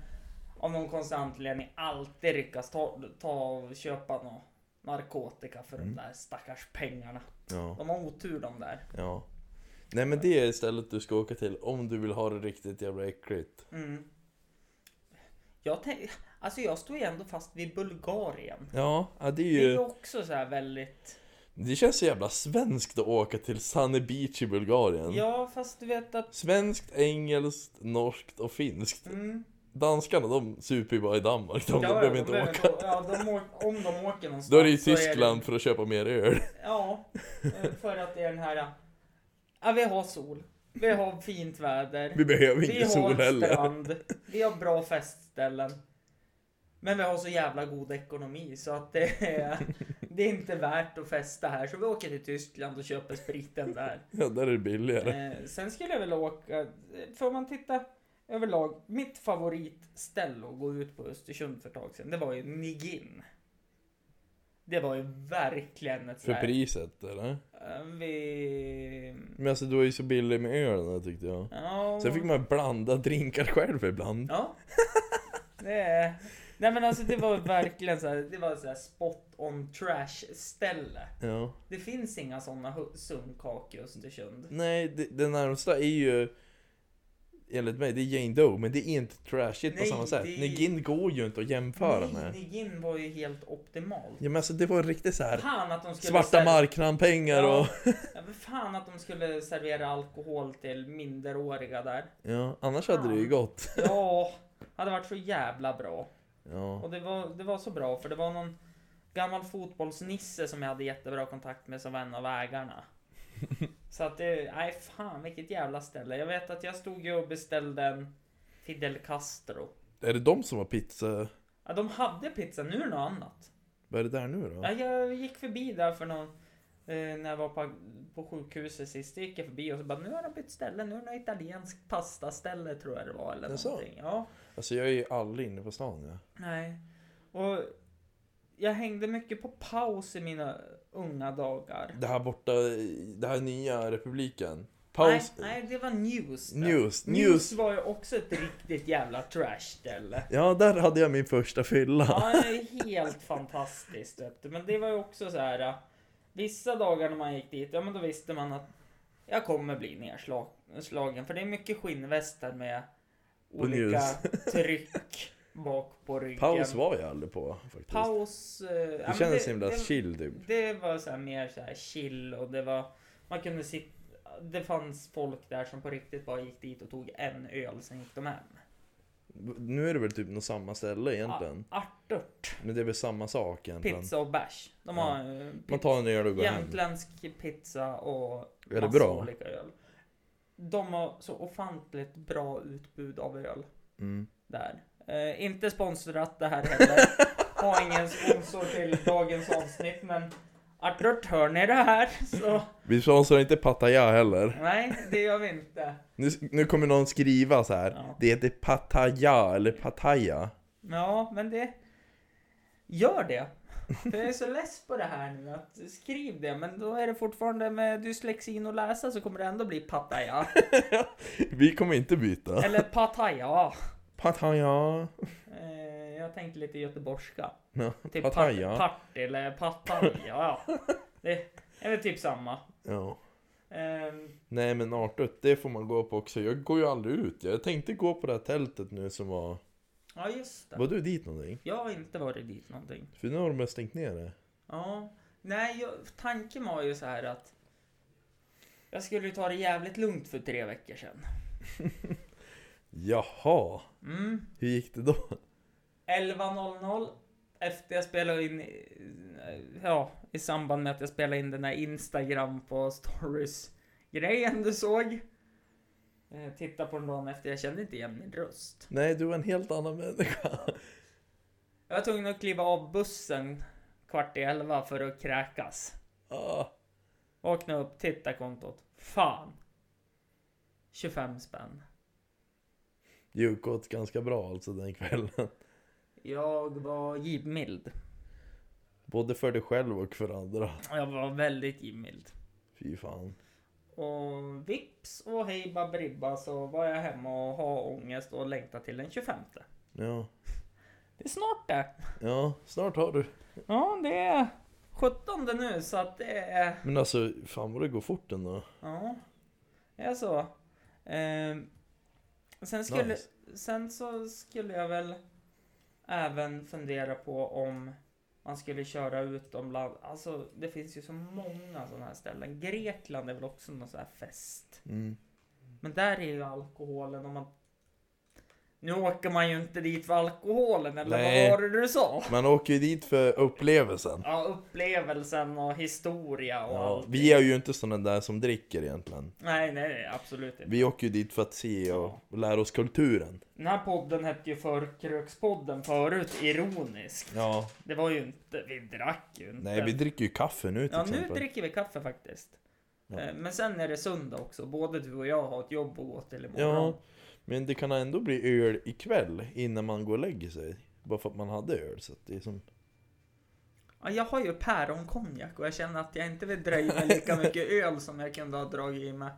av någon konstig anledning alltid lyckas ta, ta och köpa nå narkotika för Mm. de där stackars pengarna. Ja, De har otur de där. ja. Nej men det är stället du ska åka till om du vill ha det riktigt jävla äckligt. Mm. Jag, tänk, alltså jag står ju ändå fast vid Bulgarien. Ja, ja, det är Det är ju ju... också så här väldigt... Det känns så jävla svenskt att åka till Sunny Beach i Bulgarien. Ja, fast du vet att... Svenskt, engelskt, norskt och finskt. Mm, Danskarna de super ju bara i Danmark, de, ja, de ja, behöver inte åka. inte- Ja, de å- om de åker någonstans Då är det i så Tyskland för att köpa mer öl. Ja, eh, för att det är den här... Ja, vi har sol. Vi har fint väder. Vi behöver Vi ingen har sol heller. strand. Vi har bra festställen. Men vi har så jävla god ekonomi så att det är, det är inte värt att festa här. Så vi åker till Tyskland och köper spriten där. Ja, där är det billigare. Eh, sen skulle jag vilja åka... Får man titta överlag. Mitt favoritställe att gå ut på Östersund för ett tag sedan, det var ju Nigin. Det var ju verkligen ett För sådär- priset eller? Eh, Vi... Men alltså du var ju så billig med ölen tyckte jag. Ja. Sen fick man blanda drinkar själv ibland. Ja. Det är... Nej men alltså det var verkligen så här, det var så här spot on trash ställe. Ja. Det finns inga sådana sunkak i Östersund. Nej, det, det närmsta är ju enligt mig, det är Jane Doe, men det är inte trashigt på Nej, samma sätt. det är- Negin går ju inte att jämföra med. Nygin var ju helt optimalt. Ja men alltså det var riktigt så här Fan att de skulle svarta serv- marknadspengar och... Ja, men fan att de skulle servera alkohol till minderåriga där. Ja, annars hade det ju gått. Ja, hade varit så jävla bra. Ja. Och det var, det var så bra för det var någon gammal fotbollsnisse som jag hade jättebra kontakt med som var en av ägarna. Så att det, nej fan vilket jävla ställe. Jag vet att jag stod ju och beställde en Fidel Castro. Är det de som har pizza? Ja, de hade pizza, nu är det något annat. Vad är det där nu Ja, då? jag gick förbi där för någon eh, när jag var på, på sjukhuset sist, gick jag förbi och så bara nu har de bytt ställe, nu är det något italienskt pastaställe tror jag det var eller Jaså? någonting. Ja, Alltså jag är ju aldrig inne på stan ja. nej. Och jag hängde mycket på paus i mina unga dagar. Det här borta, det här nya republiken. Paus. Nej, nej, det var news. det. News, news. News var ju också ett riktigt jävla trash-ställe. Ja, där hade jag min första fylla. Ja, det är helt fantastiskt. Vet du. Men det var ju också så här. eh, Vissa dagar när man gick dit, ja men då visste man att jag kommer bli nedslagen. För det är mycket skinnvästar med Och olika news. tryck bak på ryggen. Paus var jag aldrig på faktiskt. Paus. eh, ja, Det men kändes himla det- chill typ. Det var så här mer så här chill och det var Man kunde sitta Det fanns folk där som på riktigt bara gick dit och tog en öl sen gick de hem Nu är det väl typ något samma ställe egentligen. Ja, Artört Men det är väl samma sak egentligen. Pizza och bärs De Ja. har eh, Man pizza, tar en öl och går hem. Jämtländsk pizza och Är det massa bra? olika öl De har så ofantligt bra utbud av öl Mm. där eh, Inte sponsrat det här heller Har ingen sponsor till dagens avsnitt men Artört hör ni det här så Vi sponsrar inte Pattaya heller. Nej, det gör vi inte. Nu, nu kommer någon skriva så här. Ja. Det heter Pattaya eller Pattaya. Ja, men det... Gör det! För jag är så less på det här nu att skriv det, men då är det fortfarande med dyslexin och läsa så kommer det ändå bli Pattaya. Vi kommer inte byta. Eller Pattaya. Pattaya. Eh, jag tänkte lite göteborgska. Ja, Typ Pattaya. Pattaya. Partille, Pattaya. Det är väl typ samma. Ja. Ehm, Nej men artigt, det får man gå på också. Jag går ju aldrig ut. Jag tänkte gå på det här tältet nu som var... ja, just det. Var du dit någonting? Jag har inte varit dit någonting. För nu har de stängt ner det. Ja, nej, jag, tanken var ju så här att jag skulle ju ta det jävligt lugnt för tre veckor sedan. Jaha. Mm. Hur gick det då? 11.00 efter jag spelade in, eh, ja, i samband med att jag spelade in den här Instagram på stories-grejen du såg. Eh, Titta på den dagen efter, jag kände inte igen min röst. Nej, du var en helt annan människa. Jag var tvungen att kliva av bussen kvart i elva för att kräkas. Ah, Vakna upp, titta kontot. Fan! 25 spänn. det gick åt ganska bra alltså den kvällen. Jag var givmild. Både för dig själv och för andra. Jag var väldigt givmild. Fy fan. Och vips och hej babribba så var jag hemma och har ångest och längtar till den 25. Ja, Det är snart det. ja snart har du. Ja, det är 17 nu så att det är... Men alltså, fan vad det går fort ändå. Ja, det är så. Ehm, sen, skulle, Nice. sen så skulle jag väl även fundera på om man skulle köra utomlands. Alltså det finns ju så många sådana här ställen. Grekland är väl också någon sån här fest. Mm. Men där är ju alkoholen om man... Nu åker man ju inte dit för alkoholen eller Nej. vad var det du sa? Man åker ju dit för upplevelsen. Ja, upplevelsen och historia och Ja, allt. vi är ju inte sådana där som dricker egentligen. Nej, nej, nej, absolut inte. Vi åker ju dit för att se och, och lära oss kulturen. Den här podden hette ju Förkrökspodden förut, ironiskt. Ja. Det var ju inte, vi drack ju inte. Nej, vi dricker ju kaffe nu till Ja, nu exempel. dricker vi kaffe faktiskt. Ja. Eh, Men sen är det söndag också, både du och jag har ett jobb att gå till imorgon. Ja, men det kan ändå bli öl ikväll innan man går och lägger sig. Bara för att man hade öl. Så att det är som... Ja, jag har ju päronkonjak och jag känner att jag inte vill dra i mig lika mycket öl som jag kunde ha dragit i mig.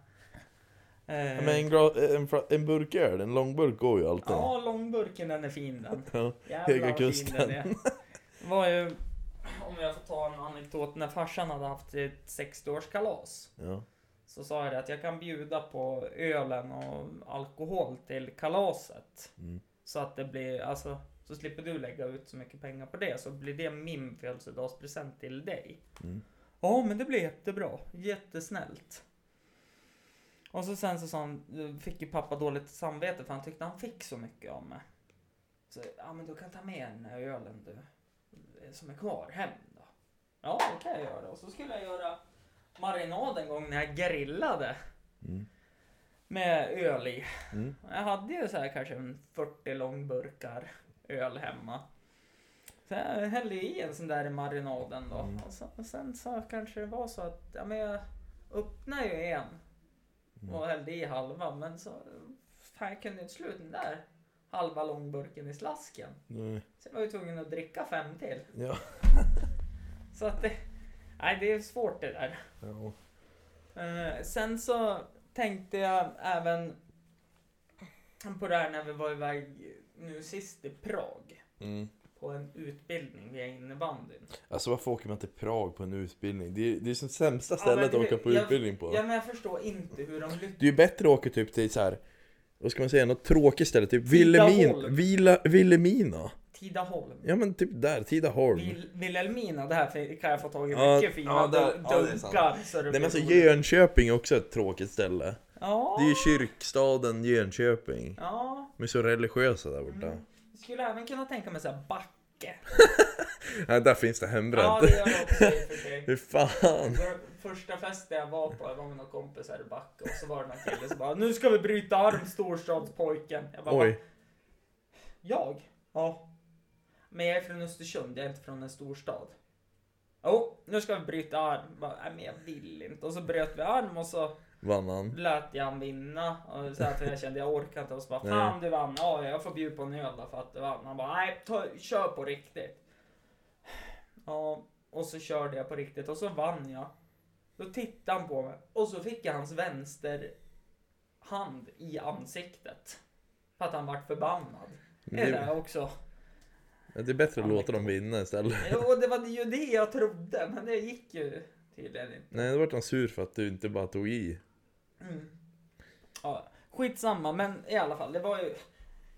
Eh, Ja, men en, gra- en, fra- en burk öl, en långburk går ju alltid. Ja, långburken den är fin den. Ja, Jävlar Höga vad fin kusten. den är. Det var ju, om jag får ta en anekdot, när farsan hade haft ett 60-årskalas. ja. Så sa jag det att jag kan bjuda på ölen och alkohol till kalaset. Mm. Så att det blir, alltså, så slipper du lägga ut så mycket pengar på det. Så blir det min födelsedagspresent till dig. Mm. Ja, men det blir jättebra. Jättesnällt. Och så sen så sa han, fick ju pappa dåligt samvete för han tyckte han fick så mycket av mig. Så, ja men du kan ta med den här ölen du, som är kvar hem då. Ja, det kan jag göra. Och så skulle jag göra marinad en gång när jag grillade Mm. med öl i. Mm. Jag hade ju så här kanske en 40 långburkar öl hemma. Så Så jag hällde i en sån där i marinaden då. Och, så, och sen så kanske det var så att, ja men jag öppnade ju en. mm. Och hällde i halva men så, fan jag kunde ju inte sluta den där halva långburken i slasken. Nej. Så jag var ju tvungen att dricka fem till. Ja. Så att det, nej det är svårt det där. ja. Eh, sen så tänkte jag även på det här när vi var iväg nu sist i Prag Mm. på en utbildning via innebandyn. Alltså varför åker man till Prag på en utbildning? Det är det är som sämsta Ja, stället men att åka hur- på jag- utbildning på. Ja men jag förstår inte hur de lyckas. Det är ju bättre att åka typ till så här. vad ska man säga, något tråkigt ställe, typ Villemin, Tidaholm. Vila, Vilhelmina. Tidaholm. Ja men typ där, Tidaholm. Vil- Vilhelmina, det här fin- kan jag få tag i Ja, mycket fina ja, där- dun- ja, det är sant. dunkar. så det Nej men blir så roligt. Jönköping är också ett tråkigt ställe. Ja, Det är ju kyrkstaden Jönköping. ja. De är så religiösa där borta. Jag skulle även kunna tänka mig såhär Backe. Nej, där finns det Ja, hembränt. det gör jag också i och för sig. Hur fan? För- Första festen jag var på, jag var med några kompisar i Backe och så var det någon kille som bara Nu ska vi bryta arm storstadspojken. Jag bara, Oj. Jag? Ja. Men jag är från Östersund, jag är inte från en storstad. Jo, nu ska vi bryta arm. Bara, Nej, men jag vill inte. Och så bröt vi arm och så Vann han? lät jag han vinna. Och så här, för jag kände jag orkar inte. Och så bara, Nej. fan du vann. Ja, jag får bjuda på en öl då för att du vann. Han bara, nej, ta, kör på riktigt. Ja, och så körde jag på riktigt och så vann jag. Då tittade han på mig och så fick jag hans vänster hand i ansiktet. För att han vart förbannad. Det är Det- det också. Det är bättre att låta dem vinna istället. Jo, och det var ju det jag trodde, men det gick ju tydligen inte. Nej, då vart han sur för att du inte bara tog i. Mm. Ja, skitsamma, men i alla fall, det var ju...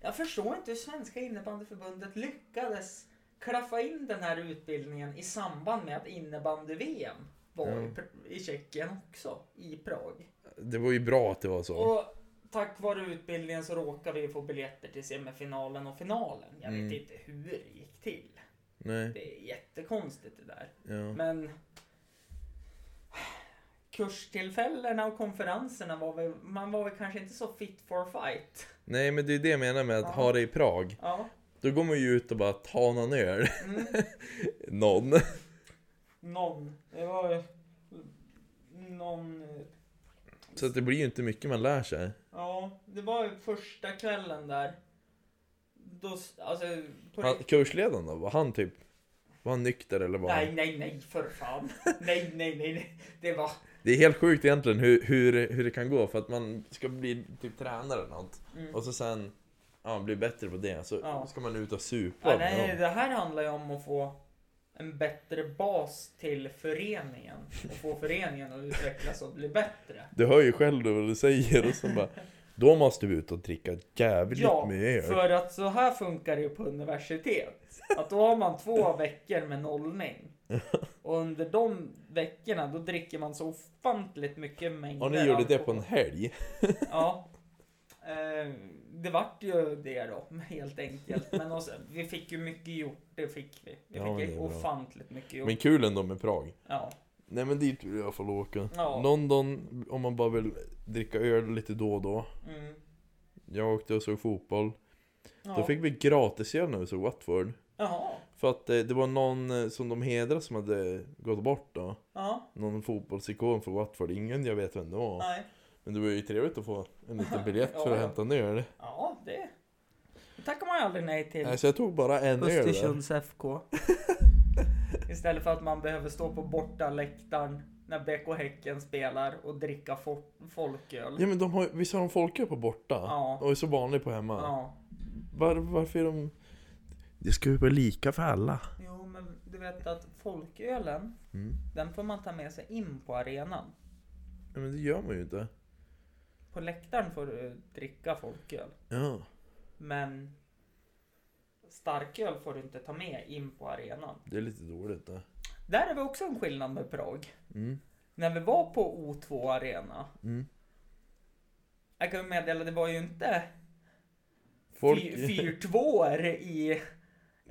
Jag förstår inte hur Svenska innebandyförbundet lyckades klaffa in den här utbildningen i samband med att innebandy-VM var i, Ja. Pr- i Tjeckien också, i Prag. Det var ju bra att det var så. Och tack vare utbildningen så råkade vi få biljetter till semifinalen och finalen. Jag Mm. vet inte hur det gick till. Nej, Det är jättekonstigt det där. ja. Men kurstillfällena och konferenserna var väl, man var väl kanske inte så fit for fight. Nej, men det är det jag menar med att Ja. ha det i Prag. Ja. Då går man ju ut och bara ta någon öl. Mm. Någon. Någon. Det var ju någon. eh, Så att det blir ju inte mycket man lär sig. Ja, det var ju första kvällen där. Då, s- alltså, på Han, rikt- kursledaren då? Var han typ... Var han nykter eller var Nej, han... nej, nej, för fan. nej, nej, nej, nej. Det var... Det är helt sjukt egentligen hur, hur, hur det kan gå för att man ska bli typ tränare eller något. Mm. Och så sen... Ja, bli bättre på det. Så Ja. ska man ut och supa. Ja, med nej, dem. det här handlar ju om att få en bättre bas till föreningen och få föreningen att utvecklas och bli bättre. Du hör ju själv då vad du säger och så bara... Då måste vi ut och dricka jävligt Ja, med öl. för att så här funkar det ju på universitet. Att då har man två veckor med nollning. Och under de veckorna då dricker man så ofantligt mycket mängder Och ni gjorde det på alkohol. en helg. Ja. Eh, Det vart ju det då, helt enkelt. Men också, vi fick ju mycket gjort, det fick vi. Vi Ja, men fick det är bra. ofantligt mycket gjort. Men kul ändå med Prag. Ja. Nej men dit vill jag få åka. Ja. London, om man bara vill dricka öl lite då och då. Mm. Jag åkte och såg fotboll. Ja. Då fick vi gratis öl när vi såg Watford. Jaha. För att eh, det var någon eh, som de hedrar som hade gått bort då. Ja, Någon fotbollsikon för Watford. Ingen jag vet vem det var. nej. Men det var ju trevligt att få en liten biljett Ja, för att ja. hämta en öl. Ja, det det tackar man ju aldrig nej till. Nej, Så jag tog bara en öl där. Östersunds FK. Istället för att man behöver stå på bortaläktaren när BK Häcken spelar och dricka fo- folköl. Ja men de har, visst har de folköl på borta? Ja. Och är så vanlig på hemma? Ja. Var, varför är de... Det ska ju vara lika för alla. Jo, men du vet att folkölen, Mm. den får man ta med sig in på arenan. Ja, men det gör man ju inte. På läktaren får du dricka folköl, Ja. men starköl får du inte ta med in på arenan. Det är lite dåligt det. Där är vi också en skillnad med Prag. Mm. När vi var på O2 Arena, Mm. jag kan ju meddela, det var ju inte Folk... fy- fyrtvåor i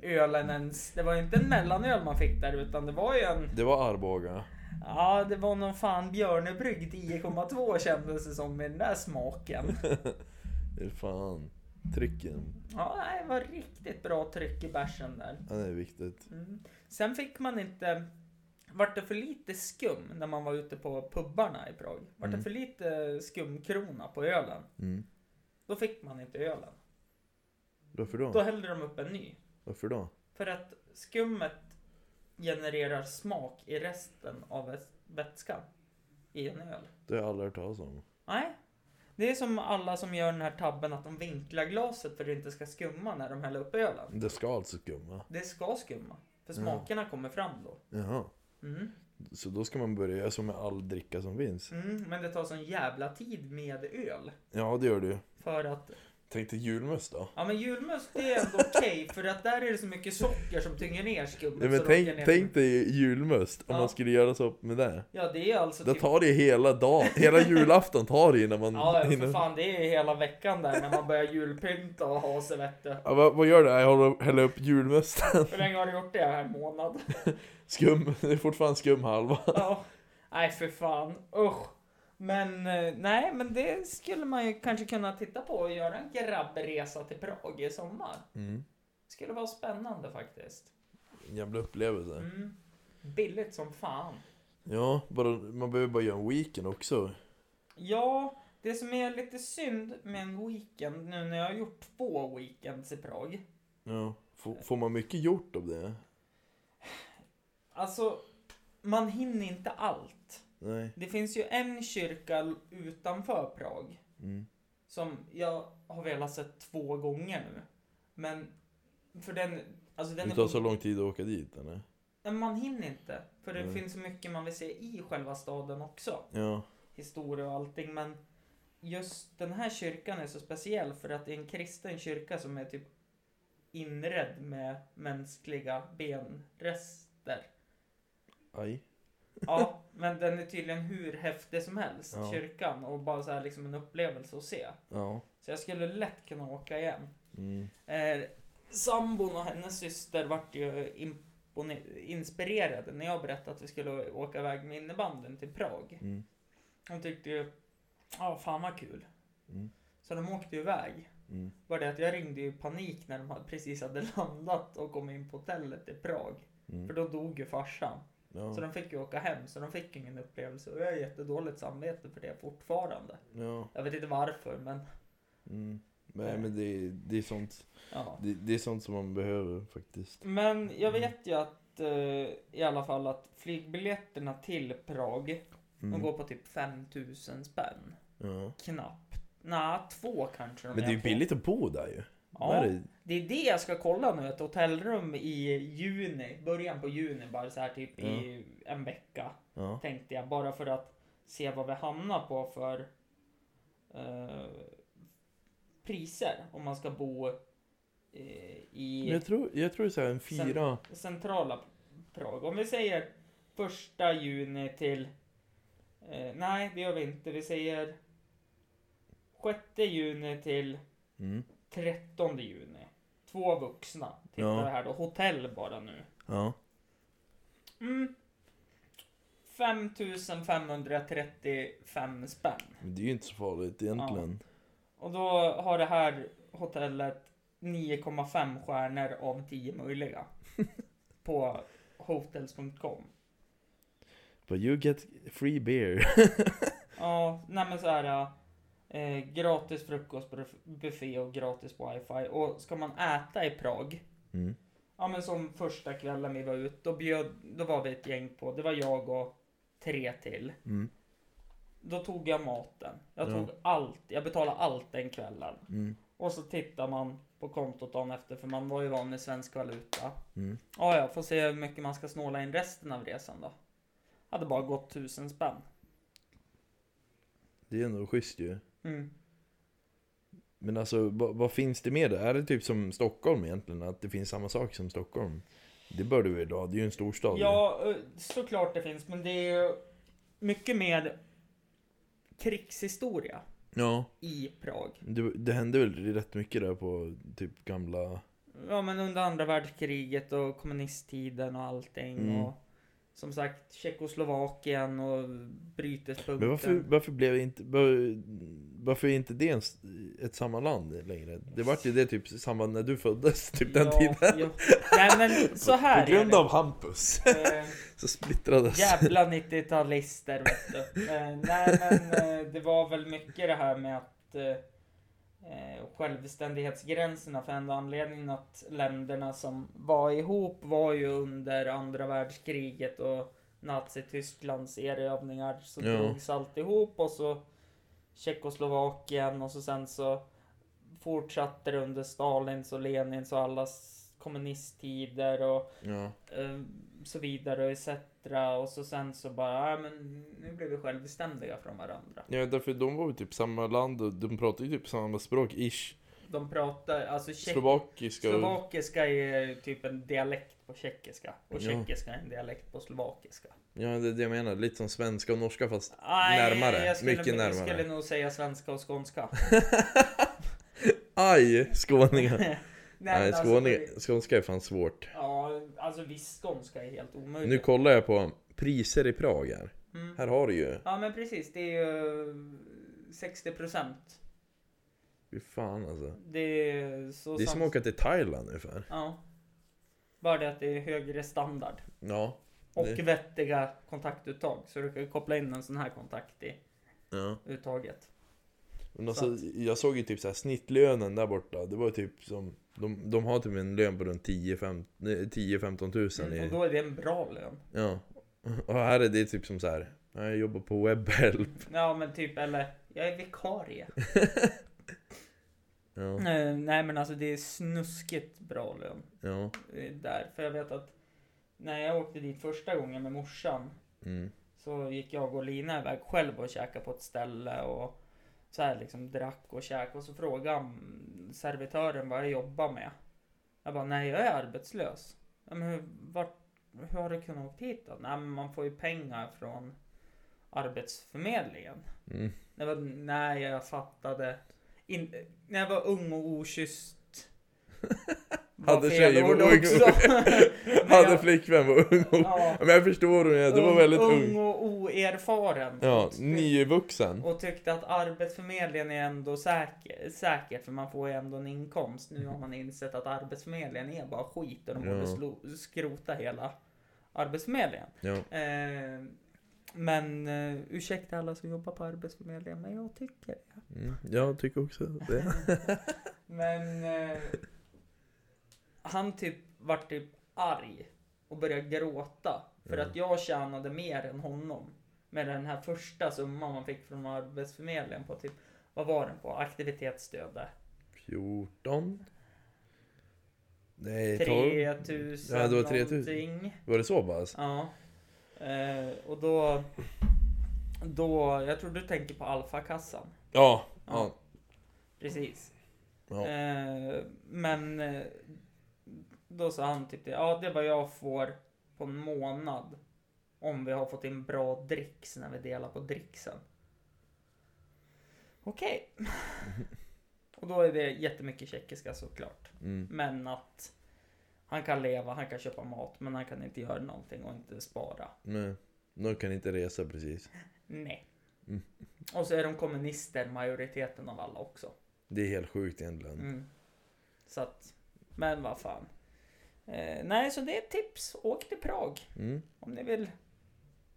ölen ens. Det var ju inte en mellanöl man fick där, utan det var ju en... Det var Arboga. Ja, det var någon fan Björnebryggd 10,2 kändes det som med den där smaken. Det är fan. Trycken, Ja, nej, det var riktigt bra tryck i bärsen där. ja, det är viktigt. Mm. Sen fick man inte... Vart det för lite skum när man var ute på pubbarna i Prag? Vart det Mm. för lite skumkrona på ölen? Mm. Då fick man inte ölen. Varför Då då? hällde de upp en ny. Varför då? För att skummet genererar smak i resten av väs- vätskan i en öl. Det har jag aldrig hört talas om. Nej. Det är som alla som gör den här tabben att de vinklar glaset för att det inte ska skumma när de häller upp ölen. Det ska alltså skumma. Det ska skumma. För Ja. smakerna kommer fram då. Jaha. Mm. Så då ska man börja göra så med all dricka som finns? Mm, men det tar sån jävla tid med öl. Ja, det gör du. För att, Tänk dig julmust då. ja men julmust det är ändå okej för att där är det så mycket socker som tynger ner skummet. Nej, men så de åker tänk, ner. tänk dig julmust, om Ja. man skulle göra så med det. Ja det är alltså Det tar det ju hela dagen, hela julafton tar det innan man Ja, ja, för hinner. fan, det är ju hela veckan där när man börjar julpynta och ha sig vet du. Ja, vad, vad gör du? Jag håller och häller upp julmusten. Hur länge har du gjort det här månad? Skum, det är fortfarande skum halva. Ja. Nej, för fan. Usch. Men eh, nej, men det skulle man ju kanske kunna titta på och göra en grabbresa till Prag i sommar. Mm. Skulle vara spännande faktiskt. Jävla upplevelse. Mm. Billigt som fan. Ja, bara, man behöver bara göra en weekend också. Ja, det som är lite synd med en weekend nu när jag har gjort två weekends i Prag. Ja. Får, får man mycket gjort av det? Alltså, man hinner inte allt. Nej. Det finns ju en kyrka l- utanför Prag Mm. som jag har velat se två gånger nu. Men för den, alltså den Det tar är, så lång Mm. tid att åka dit eller? Nej, man hinner inte. För det Nej. finns så mycket man vill se i själva staden också. Ja. Historia och allting. Men just den här kyrkan är så speciell för att det är en kristen kyrka som är typ inredd med mänskliga benrester. Aj. Ja, men den är tydligen hur häftig som helst, Ja. kyrkan. Och bara så här liksom en upplevelse att se. Ja. Så jag skulle lätt kunna åka igen. Mm. Eh, sambon och hennes syster vart ju impone- inspirerade när jag berättade att vi skulle åka iväg med innebanden till Prag. Mm. De tyckte ju, ja fan vad kul. Mm. Så de åkte ju iväg. Mm. Var det att jag ringde ju i panik när de hade- precis hade landat och kom in på hotellet i Prag. För Mm. då dog ju farsan. Så Ja. de fick ju åka hem, så de fick ingen upplevelse. Och jag har jättedåligt samvete för det fortfarande. ja. Jag vet inte varför, men Mm. Eh. Nej men det, det är sånt. ja. Det, det är sånt som man behöver faktiskt. Men jag Mm. vet ju att eh, i alla fall att flygbiljetterna till Prag, de går på typ 5000 spänn. Mm. Ja. Knappt. Nej, två kanske de Men det är ju på. billigt att bo där ju. Vad Ja, är det? det är det jag ska kolla nu. Ett hotellrum i juni, början på juni, bara så här typ i en vecka. Ja. Tänkte jag, bara för att se vad vi hamnar på för eh, priser. Om man ska bo eh, Men i... Jag tror, jag tror så här en Sen- fyra. centrala Prag. Om vi säger första juni till... Eh, nej, det gör vi inte. Vi säger 6 juni till Mm. 13 juni. Två vuxna. Titta Ja. här då. Hotell bara nu. Ja. Mm. 5535 spänn. Men det är ju inte så farligt egentligen. Och då har det här hotellet 9,5 stjärnor av 10 möjliga. på hotels.com. But you get free beer. Ja, nej men så här. Eh, gratis frukostbuffé och gratis wifi. Och ska man äta i Prag, Mm. ja men som första kvällen vi var ut, då, bjöd, då var vi ett gäng på, det var jag och tre till. Mm. Då tog jag maten. Jag Ja. tog allt, jag betalade allt den kvällen. Mm. Och så tittar man på kontot dagen efter, för man var ju van med svensk valuta. Mm. Ja, ja, får se hur mycket man ska snåla in resten av resan då. Hade bara gått tusen spänn. Det är ändå schysst ju. Mm. Men alltså vad, vad finns det med det? Är det typ som Stockholm egentligen? Att det finns samma sak som Stockholm? Det bör du väl ha? Det är ju en storstad. Ja, eh, såklart det finns, men det är ju mycket mer krigshistoria ja. i Prag. Det, det hände väl rätt mycket där på typ gamla... Ja, men under andra världskriget och kommunisttiden och allting Mm. och Som sagt, Tjeckoslovakien och brytespunkten. Men varför, varför blev det inte... var- Varför är inte det en, s- ett samma land längre? Det vart ju det typ i samband när du föddes, typ den tiden. Ja. Nej men så här På grund är av Hampus det. Eh, så splittrades. Jävla 90-talister vet du. Eh, nej men eh, det var väl mycket det här med att eh, eh, självständighetsgränserna för enda anledningen att länderna som var ihop var ju under andra världskriget och Nazitysklands erövringar så Ja. drogs allt ihop och så Tjeckoslovakien och så sen så fortsatte det under Stalins och Lenins och allas kommunisttider och Ja. eh, så vidare och etc. Och så sen så bara, ja men nu blev vi självständiga från varandra. ja, därför de var ju typ samma land och de pratade ju typ samma språk, ish. De pratar, alltså tjeck, Slovakiska. och- slovakiska är typ en dialekt på tjeckiska. Och Ja. tjeckiska är en dialekt på slovakiska. Ja, det är det jag menar. Lite som svenska och norska fast Aj, närmare. jag skulle, Mycket Jag närmare. skulle nog säga svenska och skånska. Aj, skåningar. Nej, Nej, men skåningar. Alltså, skånska är fan svårt. ja, alltså viss skånska är helt omöjligt. Nu kollar jag på priser i Prag här. Mm. Här har du ju. Ja men precis, det är ju eh, 60%. Fy fan alltså. Det är så Det är som sant- att åka till Thailand ungefär. Ja. Bara det att det är högre standard. Ja. Och Det- vettiga kontaktuttag. Så du kan ju koppla in en sån här kontakt i ja. uttaget. Men alltså, jag såg ju typ så här snittlönen där borta. Det var ju typ som... De, de har typ en lön på runt 10-15 tusen Mm, och i... då är det en bra lön. Ja. Och här är det typ som så här. "Ja, Jag jobbar på webbhelp. Ja men typ, eller jag är vikarie. Ja. Eh, Nej men alltså det är snuskigt bra lön. Ja. eh, Där. För jag vet att när jag åkte dit första gången med morsan. Mm. Så gick jag och Lina iväg själv och käkade på ett ställe och så här liksom drack och käkade och så frågade han servitören vad jag jobbar med. Jag bara, nej jag är arbetslös. Ja, men hur, vart, hur har du kunnat åka hit då? Nej men man får ju pengar från Arbetsförmedlingen. Mm. Jag bara, nej jag fattade. In, när jag var ung och okysst. var Hade fel tjejer var ord ung och- Men Hade jag- flickvän, var ung och... Ja. Men jag förstår hur det är. Du var väldigt ung. och oerfaren. Ja, Och ty- nyvuxen. Och tyckte att Arbetsförmedlingen är ändå säker, säkert för man får ju ändå en inkomst. Nu har man insett att Arbetsförmedlingen är bara skit och de Ja. borde slo- skrota hela Arbetsförmedlingen. Ja. Eh, men eh, ursäkta alla som jobbar på Arbetsförmedlingen, men jag tycker det. Mm. Jag tycker också det. Men eh, han typ vart typ arg och började gråta för Ja. att jag tjänade mer än honom med den här första summan man fick från Arbetsförmedlingen på typ vad var den på? Aktivitetsstöd där. 14? Nej, 12? 3000 Eh, Ja, det var 3000. någonting. Var det så pass? Ja. Eh, och då, då, jag tror du tänker på Alfa-kassan. Ja, ja. Precis. Ja. Eh, men eh, då sa han typ det, ja det är vad jag får på en månad om vi har fått in bra dricks när vi delar på dricksen. Okej. Och då är det jättemycket tjeckiska såklart. Mm. Men att han kan leva, han kan köpa mat, men han kan inte göra någonting och inte spara. Men de kan inte resa precis. Nej. Mm. Och så är de kommunister, majoriteten av alla också. Det är helt sjukt egentligen. Mm. Så att, men vad fan. Eh, nej, så det är ett tips. Åk till Prag Mm. om ni vill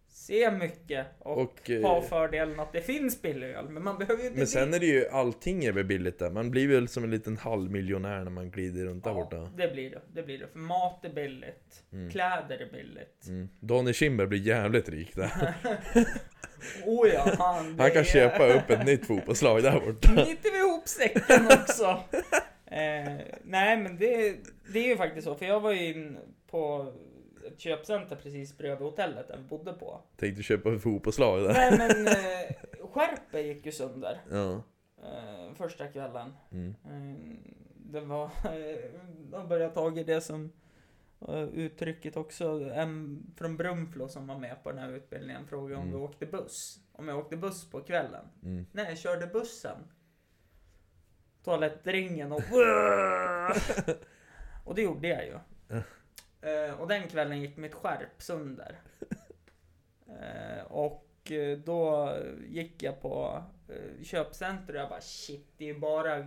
se mycket och, Och, eh, ha fördelen att det finns billig öl. Men man behöver ju inte Men sen dricka. är det ju, allting är väl billigt där. Man blir väl som en liten halvmiljonär när man glider runt där borta. Ja, det blir det. Det blir det. För mat är billigt. Mm. Kläder är billigt. Mm. Daniel Kindberg blir jävligt rik där. Oh ja, han, det Han kan är- köpa upp ett nytt fotbollslag där borta. knyter vi ihop säcken också. eh, nej men det, det är ju faktiskt så, för jag var ju in på ett köpcenter precis bredvid hotellet där vi bodde på. Tänkte köpa ett fotbollslag där. Nej men eh, skärpet gick ju sönder Ja. eh, första kvällen. Mm. Eh, det var, eh, de började ta tag i det som eh, uttrycket också, en från Brunflo som var med på den här utbildningen frågade om Mm. vi åkte buss. Om jag åkte buss på kvällen. Mm. Nej, jag körde bussen. Toalettringen och... och det gjorde jag ju. Eh, och den kvällen gick mitt skärp sönder. Eh, och eh, då gick jag på eh, köpcenter och jag bara shit, det är ju bara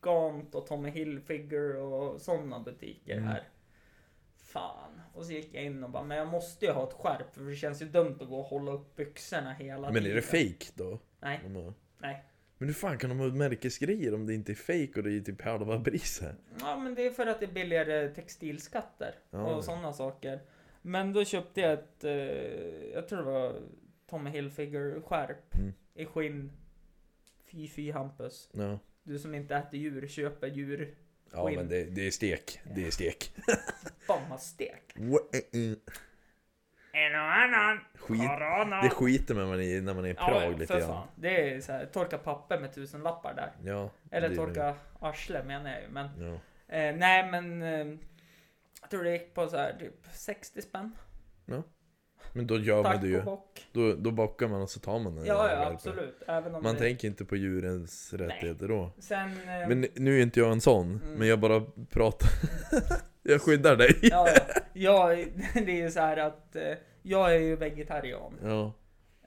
Gant och Tommy Hilfiger och sådana butiker Mm. här. Fan. Och så gick jag in och bara, men jag måste ju ha ett skärp för det känns ju dumt att gå och hålla upp byxorna hela Men är det fake då? Nej, De har- nej. Men hur fan kan de ha märkesgrejer om det inte är fake och det är typ halva priset? Ja men det är för att det är billigare textilskatter Ja. och sådana saker. Men då köpte jag ett, eh, jag tror det var Tommy Hilfiger skärp Mm. i skinn. Fy fy Hampus. Ja. Du som inte äter djur, köper djur. Ja Skinn. men det, det är stek, det är stek. Fan vad stek. En och annan. eh, Skit. Corona. Det skiter man i när man är i Ja, Prag lite för grann. fan. Det är så här, torka papper med tusen lappar där. Ja, det Eller är- torka arsle menar jag ju. Men, Ja. eh, nej men. Eh, jag tror det gick på så här typ 60 spänn. Men då gör man Tack det och ju. bock. Då, då bakar man och så tar man den. Ja, där ja hjälpen. absolut. Även om Man det... tänker inte på djurens rättigheter då. Sen... eh, Men nu är inte jag en sån, Mm. men jag bara pratar. jag skyddar dig. ja, ja. Jag, det är ju så här att eh, jag är ju vegetarian. Ja.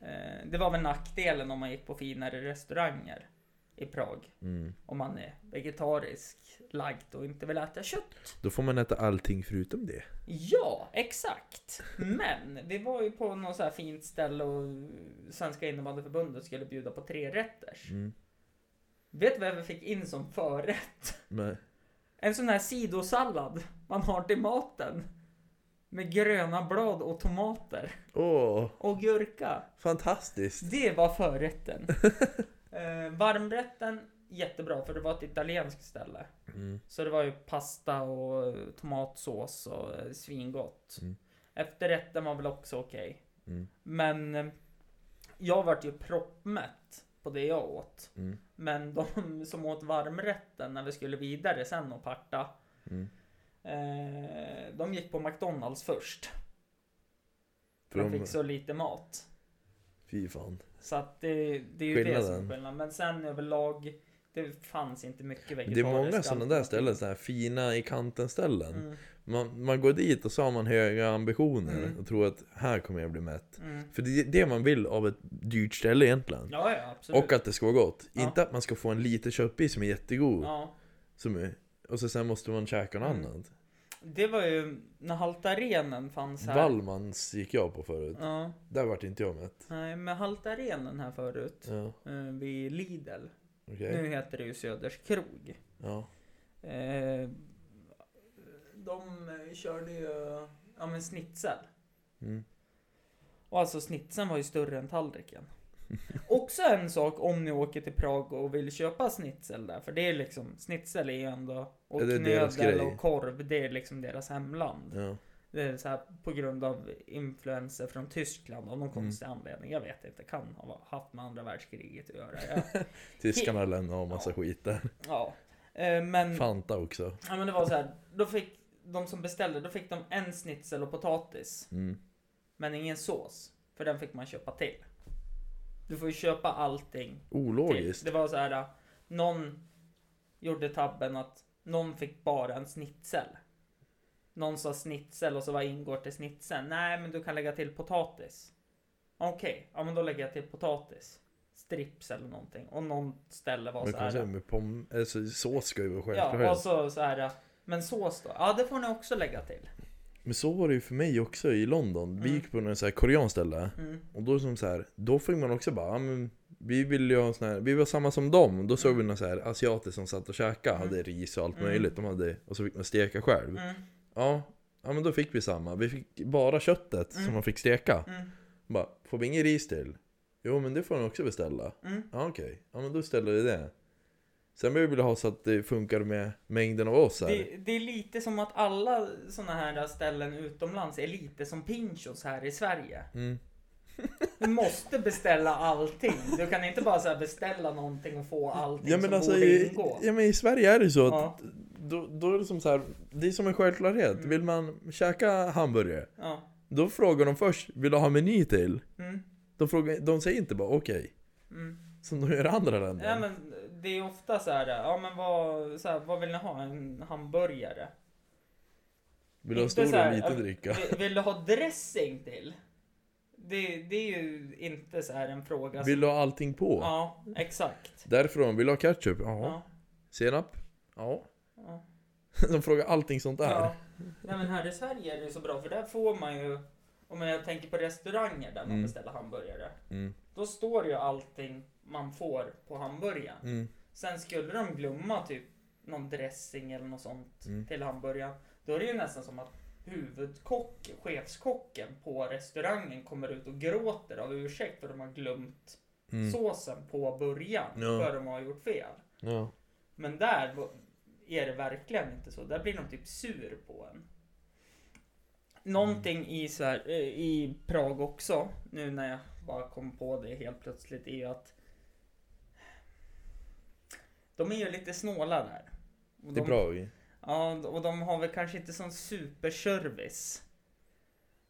Eh, det var väl nackdelen om man gick på finare restauranger i Prag. Mm. Om man är vegetarisk lagd och inte vill äta kött. Då får man äta allting förutom det. Ja, exakt. Men vi var ju på något så här fint ställe och Svenska innebandyförbundet skulle bjuda på tre rätters. Mm. Vet du vad jag fick in som förrätt? Men, En sån här sidosallad man har till maten. Med gröna blad och tomater. åh, Och gurka. fantastiskt. Det var förrätten. eh, varmrätten, jättebra för det var ett italienskt ställe. Mm. Så det var ju pasta och eh, tomatsås och eh, svingott. Mm. Efterrätten var väl också okej. Mm. Men eh, jag vart ju proppmätt på det jag åt. Mm. Men de som åt varmrätten när vi skulle vidare sen och parta. Mm. Eh, de gick på McDonalds först. För För de de- fick så lite mat. Fy fan. Så att det, det är ju det som Skillnaden. är skillnaden. Men sen överlag, det fanns inte mycket Det är vegetariskt. många sådana där ställen, sådana här fina i kanten ställen. Mm, Man, man går dit och så har man höga ambitioner Mm. och tror att här kommer jag bli mätt. mm. För det är det man vill av ett dyrt ställe egentligen. Ja, ja absolut. Och att det ska vara gott. Ja. Inte att man ska få en liten köttbit som är jättegod. ja. Som är, och så sen måste man käka något Mm. annat. Det var ju när Haltarenen fanns här. Wallmans gick jag på förut. Ja, Där vart inte jag mätt. nej, men Haltarenen här förut. Ja, Eh, vid Lidl. okej. Nu heter det ju Söders krog. Ja. Eh, de eh, körde ju ja, men snitsel. Mm. Och alltså snitsen var ju större än tallriken. Också en sak om ni åker till Prag och vill köpa snitsel där. För det är liksom, snitsel är ju ändå, och Ja, det är deras knödel grej. och korv, det är liksom deras hemland. ja. Det är så här på grund av influenser från Tyskland av någon Mm. konstig anledning. Jag vet inte, kan ha haft med andra världskriget att göra. Jag, Tyskarna lämnar av massa skit där. ja. Eh, men... Fanta också. Ja men det var så här, då fick de som beställde, då fick de en snitsel och potatis. Mm. Men ingen sås. För den fick man köpa till. Du får ju köpa allting till. Ologiskt. Det var så här, äh, någon gjorde tabben att någon fick bara en snitsel. Någon sa snitsel och så var ingår till snitseln. Nej men du kan lägga till potatis. Okej, ja men då lägger jag till potatis. Strips eller någonting. Och någon ställe var Men så här. kan säga med pom... Alltså, sås ska ju vara Ja, och självklart. så, så här. Men sås då? Ja, det får ni också lägga till. Men så var det ju för mig också i London. Vi Mm. gick på någon så här koreanskt ställe. Mm. Och då som så här, då fick man också bara, ja, men vi vill ju ha en sån här, vi var samma som dem. Då såg vi några så här asiater som satt och käkade, Mm. hade ris och allt Mm. möjligt. De hade, och så fick man steka själv. Mm. Ja, ja, men då fick vi samma. Vi fick bara köttet som Mm. man fick steka. Mm. Bara, får vi ingen ris till? Jo, men det får ni också beställa. Mm. Ja, okej. Ja, men då ställer vi det. Sen vill vi ha så att det funkar med mängden av oss här. Det, det är lite som att alla såna här ställen utomlands är lite som Pinchos här i Sverige. Mm. Du måste beställa allting. Du kan inte bara så här beställa någonting och få allting Ja men, som alltså, borde i, ingå. ja men i Sverige är det ju så Ja. att då, då är det som så här, det är som en självklarhet. Mm. Vill man käka hamburgare, Ja. då frågar de först, vill du ha meny till? Mm. De, frågar, de säger inte bara okej, Mm. som de gör i andra länder. Ja, men det är ofta så här, ja men vad, så här, vad vill ni ha? En hamburgare? Vill du ha Inte stor så eller här, liten äh, dricka? vi- Vill du ha dressing till? Det, det är ju inte så här en fråga Vill du ha allting på? Alltså. Ja, exakt. Därifrån, vill du ha ketchup? Ja. Ja. Senap? Ja. Ja. De frågar allting sånt där. ja. Nej men här i Sverige är det ju så bra för där får man ju, om jag tänker på restauranger där man Mm. beställer hamburgare, Mm. då står ju allting man får på hamburgaren. Mm. Sen skulle de glömma typ någon dressing eller något sånt Mm. till hamburgaren. Då är det ju nästan som att huvudkock, chefskocken på restaurangen kommer ut och gråter av ursäkt för de har glömt Mm. såsen på början Ja. för de har gjort fel. Ja. Men där var- är det verkligen inte så. Där blir de typ sur på en. Någonting i, så här, eh, i Prag också, nu när jag bara kom på det helt plötsligt, är ju att de är ju lite snåla där. Och Det är de- bra vi. Ja, och de har väl kanske inte sån superservice.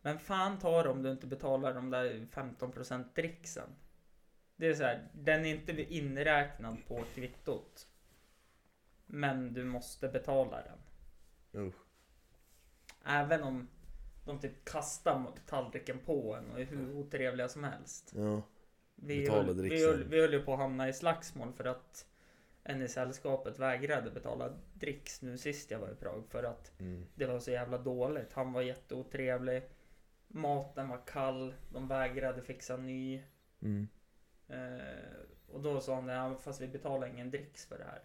Men fan tar om du inte betalar de där 15% dricksen. Det är så här, den är inte inräknad på kvittot. Men du måste betala den. Usch. Även om de typ kastar tallriken på en och är hur otrevliga som helst. Ja. Vi Betala höll, vi, dricksen. höll, vi höll ju på att hamna i slagsmål för att en i sällskapet vägrade betala dricks nu sist jag var i Prag för att Mm. det var så jävla dåligt. Han var jätteotrevlig. Maten var kall. De vägrade fixa ny. Mm. Eh, och då sa han det, "Ja, fast vi betalar ingen dricks för det här.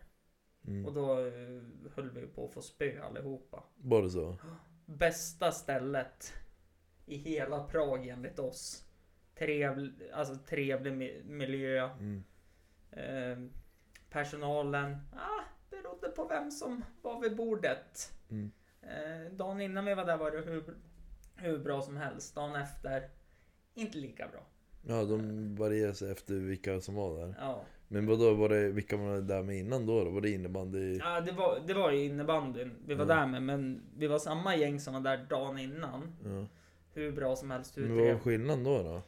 Mm. Och då eh, höll vi på att få spö allihopa. Bara så. Bästa stället i hela Prag enligt oss. Trevlig, alltså trevlig mi- miljö. Mm. Eh, personalen, ah, berodde på vem som var vid bordet. Mm. Eh, dagen innan vi var där var det hur, hur bra som helst. Dagen efter, inte lika bra. Ja, de varierar sig efter vilka som var där. Ja. Men vadå, var det, vilka var där med innan då? då? Var det innebandy? Ja, det, var, det var ju innebandyn vi var Mm. där med, men vi var samma gäng som var där dagen innan. Ja. Hur bra som helst. Hur Men vad var trevligt. skillnaden då? då?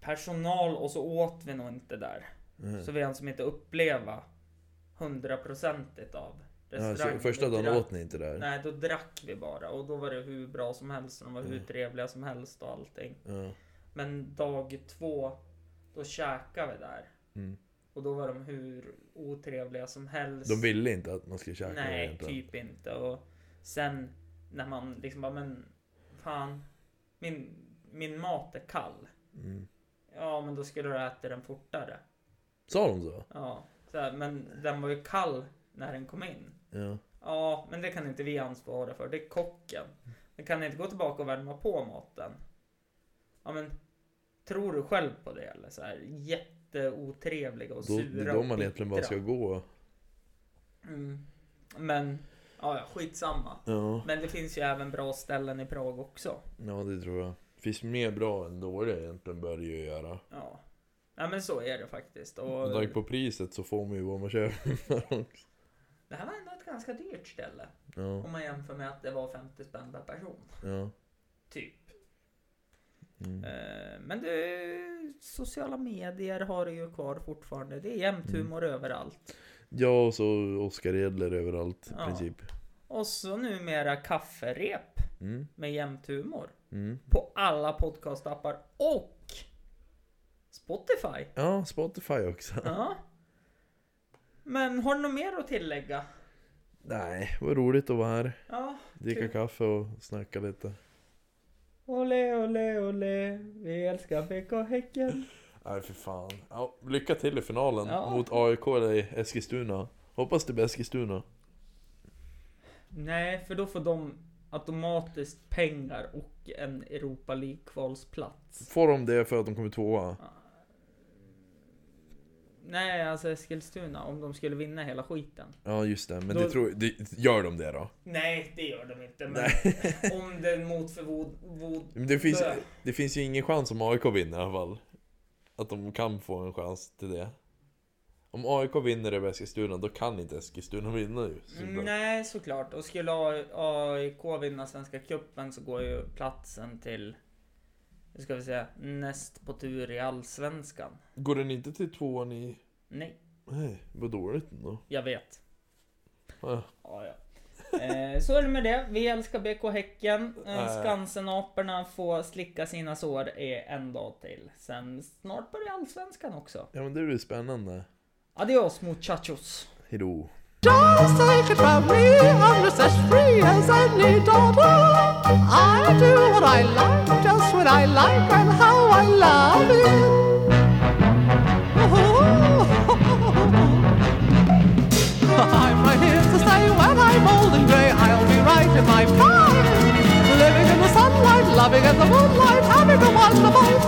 Personal och så åt vi nog inte där. Mm. Så vi hann som inte uppleva hundraprocentigt av Ja, restaurangen. så första Vi dagen drack- åt ni inte där? Nej, då drack vi bara och då var det hur bra som helst och de var hur Mm. trevliga som helst och allting. Ja. Men dag två, då käkade vi där Mm. och då var de hur otrevliga som helst. De ville inte att man skulle käka där Nej, egentligen. typ inte. Och sen när man liksom bara, men fan, min, min mat är kall. Mm. Ja, men då skulle du äta den fortare. Sa de så? Ja, så här, men den var ju kall när den kom in. Ja. Ja, men det kan inte vi ansvara för. Det är kocken. Den kan inte gå tillbaka och värma på maten. Ja, men tror du själv på det eller? Så här, jätteotrevliga och Då, sura det är då och man egentligen bara ska bittra. gå. Mm. Men, ja, ja, skitsamma. Ja. Men det finns ju även bra ställen i Prag också. ja, det tror jag. Finns mer bra än dåliga egentligen bör det ju göra. Ja. ja, men så är det faktiskt. Och Med tanke på priset så får man ju vad man köper också. Det här var ändå ett ganska dyrt ställe. Ja, Om man jämför med att det var 50 spänn per person. ja. Typ. Mm. Eh, Men det, sociala medier har det ju kvar fortfarande. Det är jämnt Mm. humor överallt. Ja, och så Oscar Edler överallt i Ja. princip. Och så numera kafferep Mm. med jämnt humor. Mm. På alla podcastappar och Spotify. Ja, Spotify också. Ja. Men har du något mer att tillägga? Nej, vad roligt att vara här. Ja. Dricka Kul. kaffe och snacka lite. Ole, ole, ole. Vi älskar BK Häcken. Nej, för fan. Ja, lycka till i finalen Ja. mot AIK eller i Eskilstuna. Hoppas det blir Eskilstuna. Nej, för då får de automatiskt pengar och en Europa League-kvalsplats. Får de det för att de kommer tvåa? Nej, alltså Eskilstuna, om de skulle vinna hela skiten. Ja, just det. Men Då- det tror, det, gör de det då? Nej, det gör de inte. Men Nej. om det mot förvod... Men det, finns, Dö. det finns ju ingen chans om AIK vinner i alla fall. Att de kan få en chans till det. Om AIK vinner över Eskilstuna, då kan inte Eskilstuna vinna ju. såklart. Nej, såklart. Och skulle A- AIK vinna Svenska Cupen så går ju platsen till... Nu ska vi säga, näst på tur i Allsvenskan. Går den inte till tvåan i... Nej, Nej, vad dåligt ändå. jag vet. Ja, Ja, ja. Eh, så är det med det. Vi älskar BK Häcken. Eh, Eh. Skansenaporna får slicka sina sår i en dag till. Sen snart börjar Allsvenskan också. Ja men det blir spännande. Adios muchachos. Hejdå. Just take it from me, I'm just as free as any daughter. I do what I like, just what I like, and how I love it. I'm right here to say when I'm old and grey, I'll be right in my prime. Living in the sunlight, loving in the moonlight, having a wonderful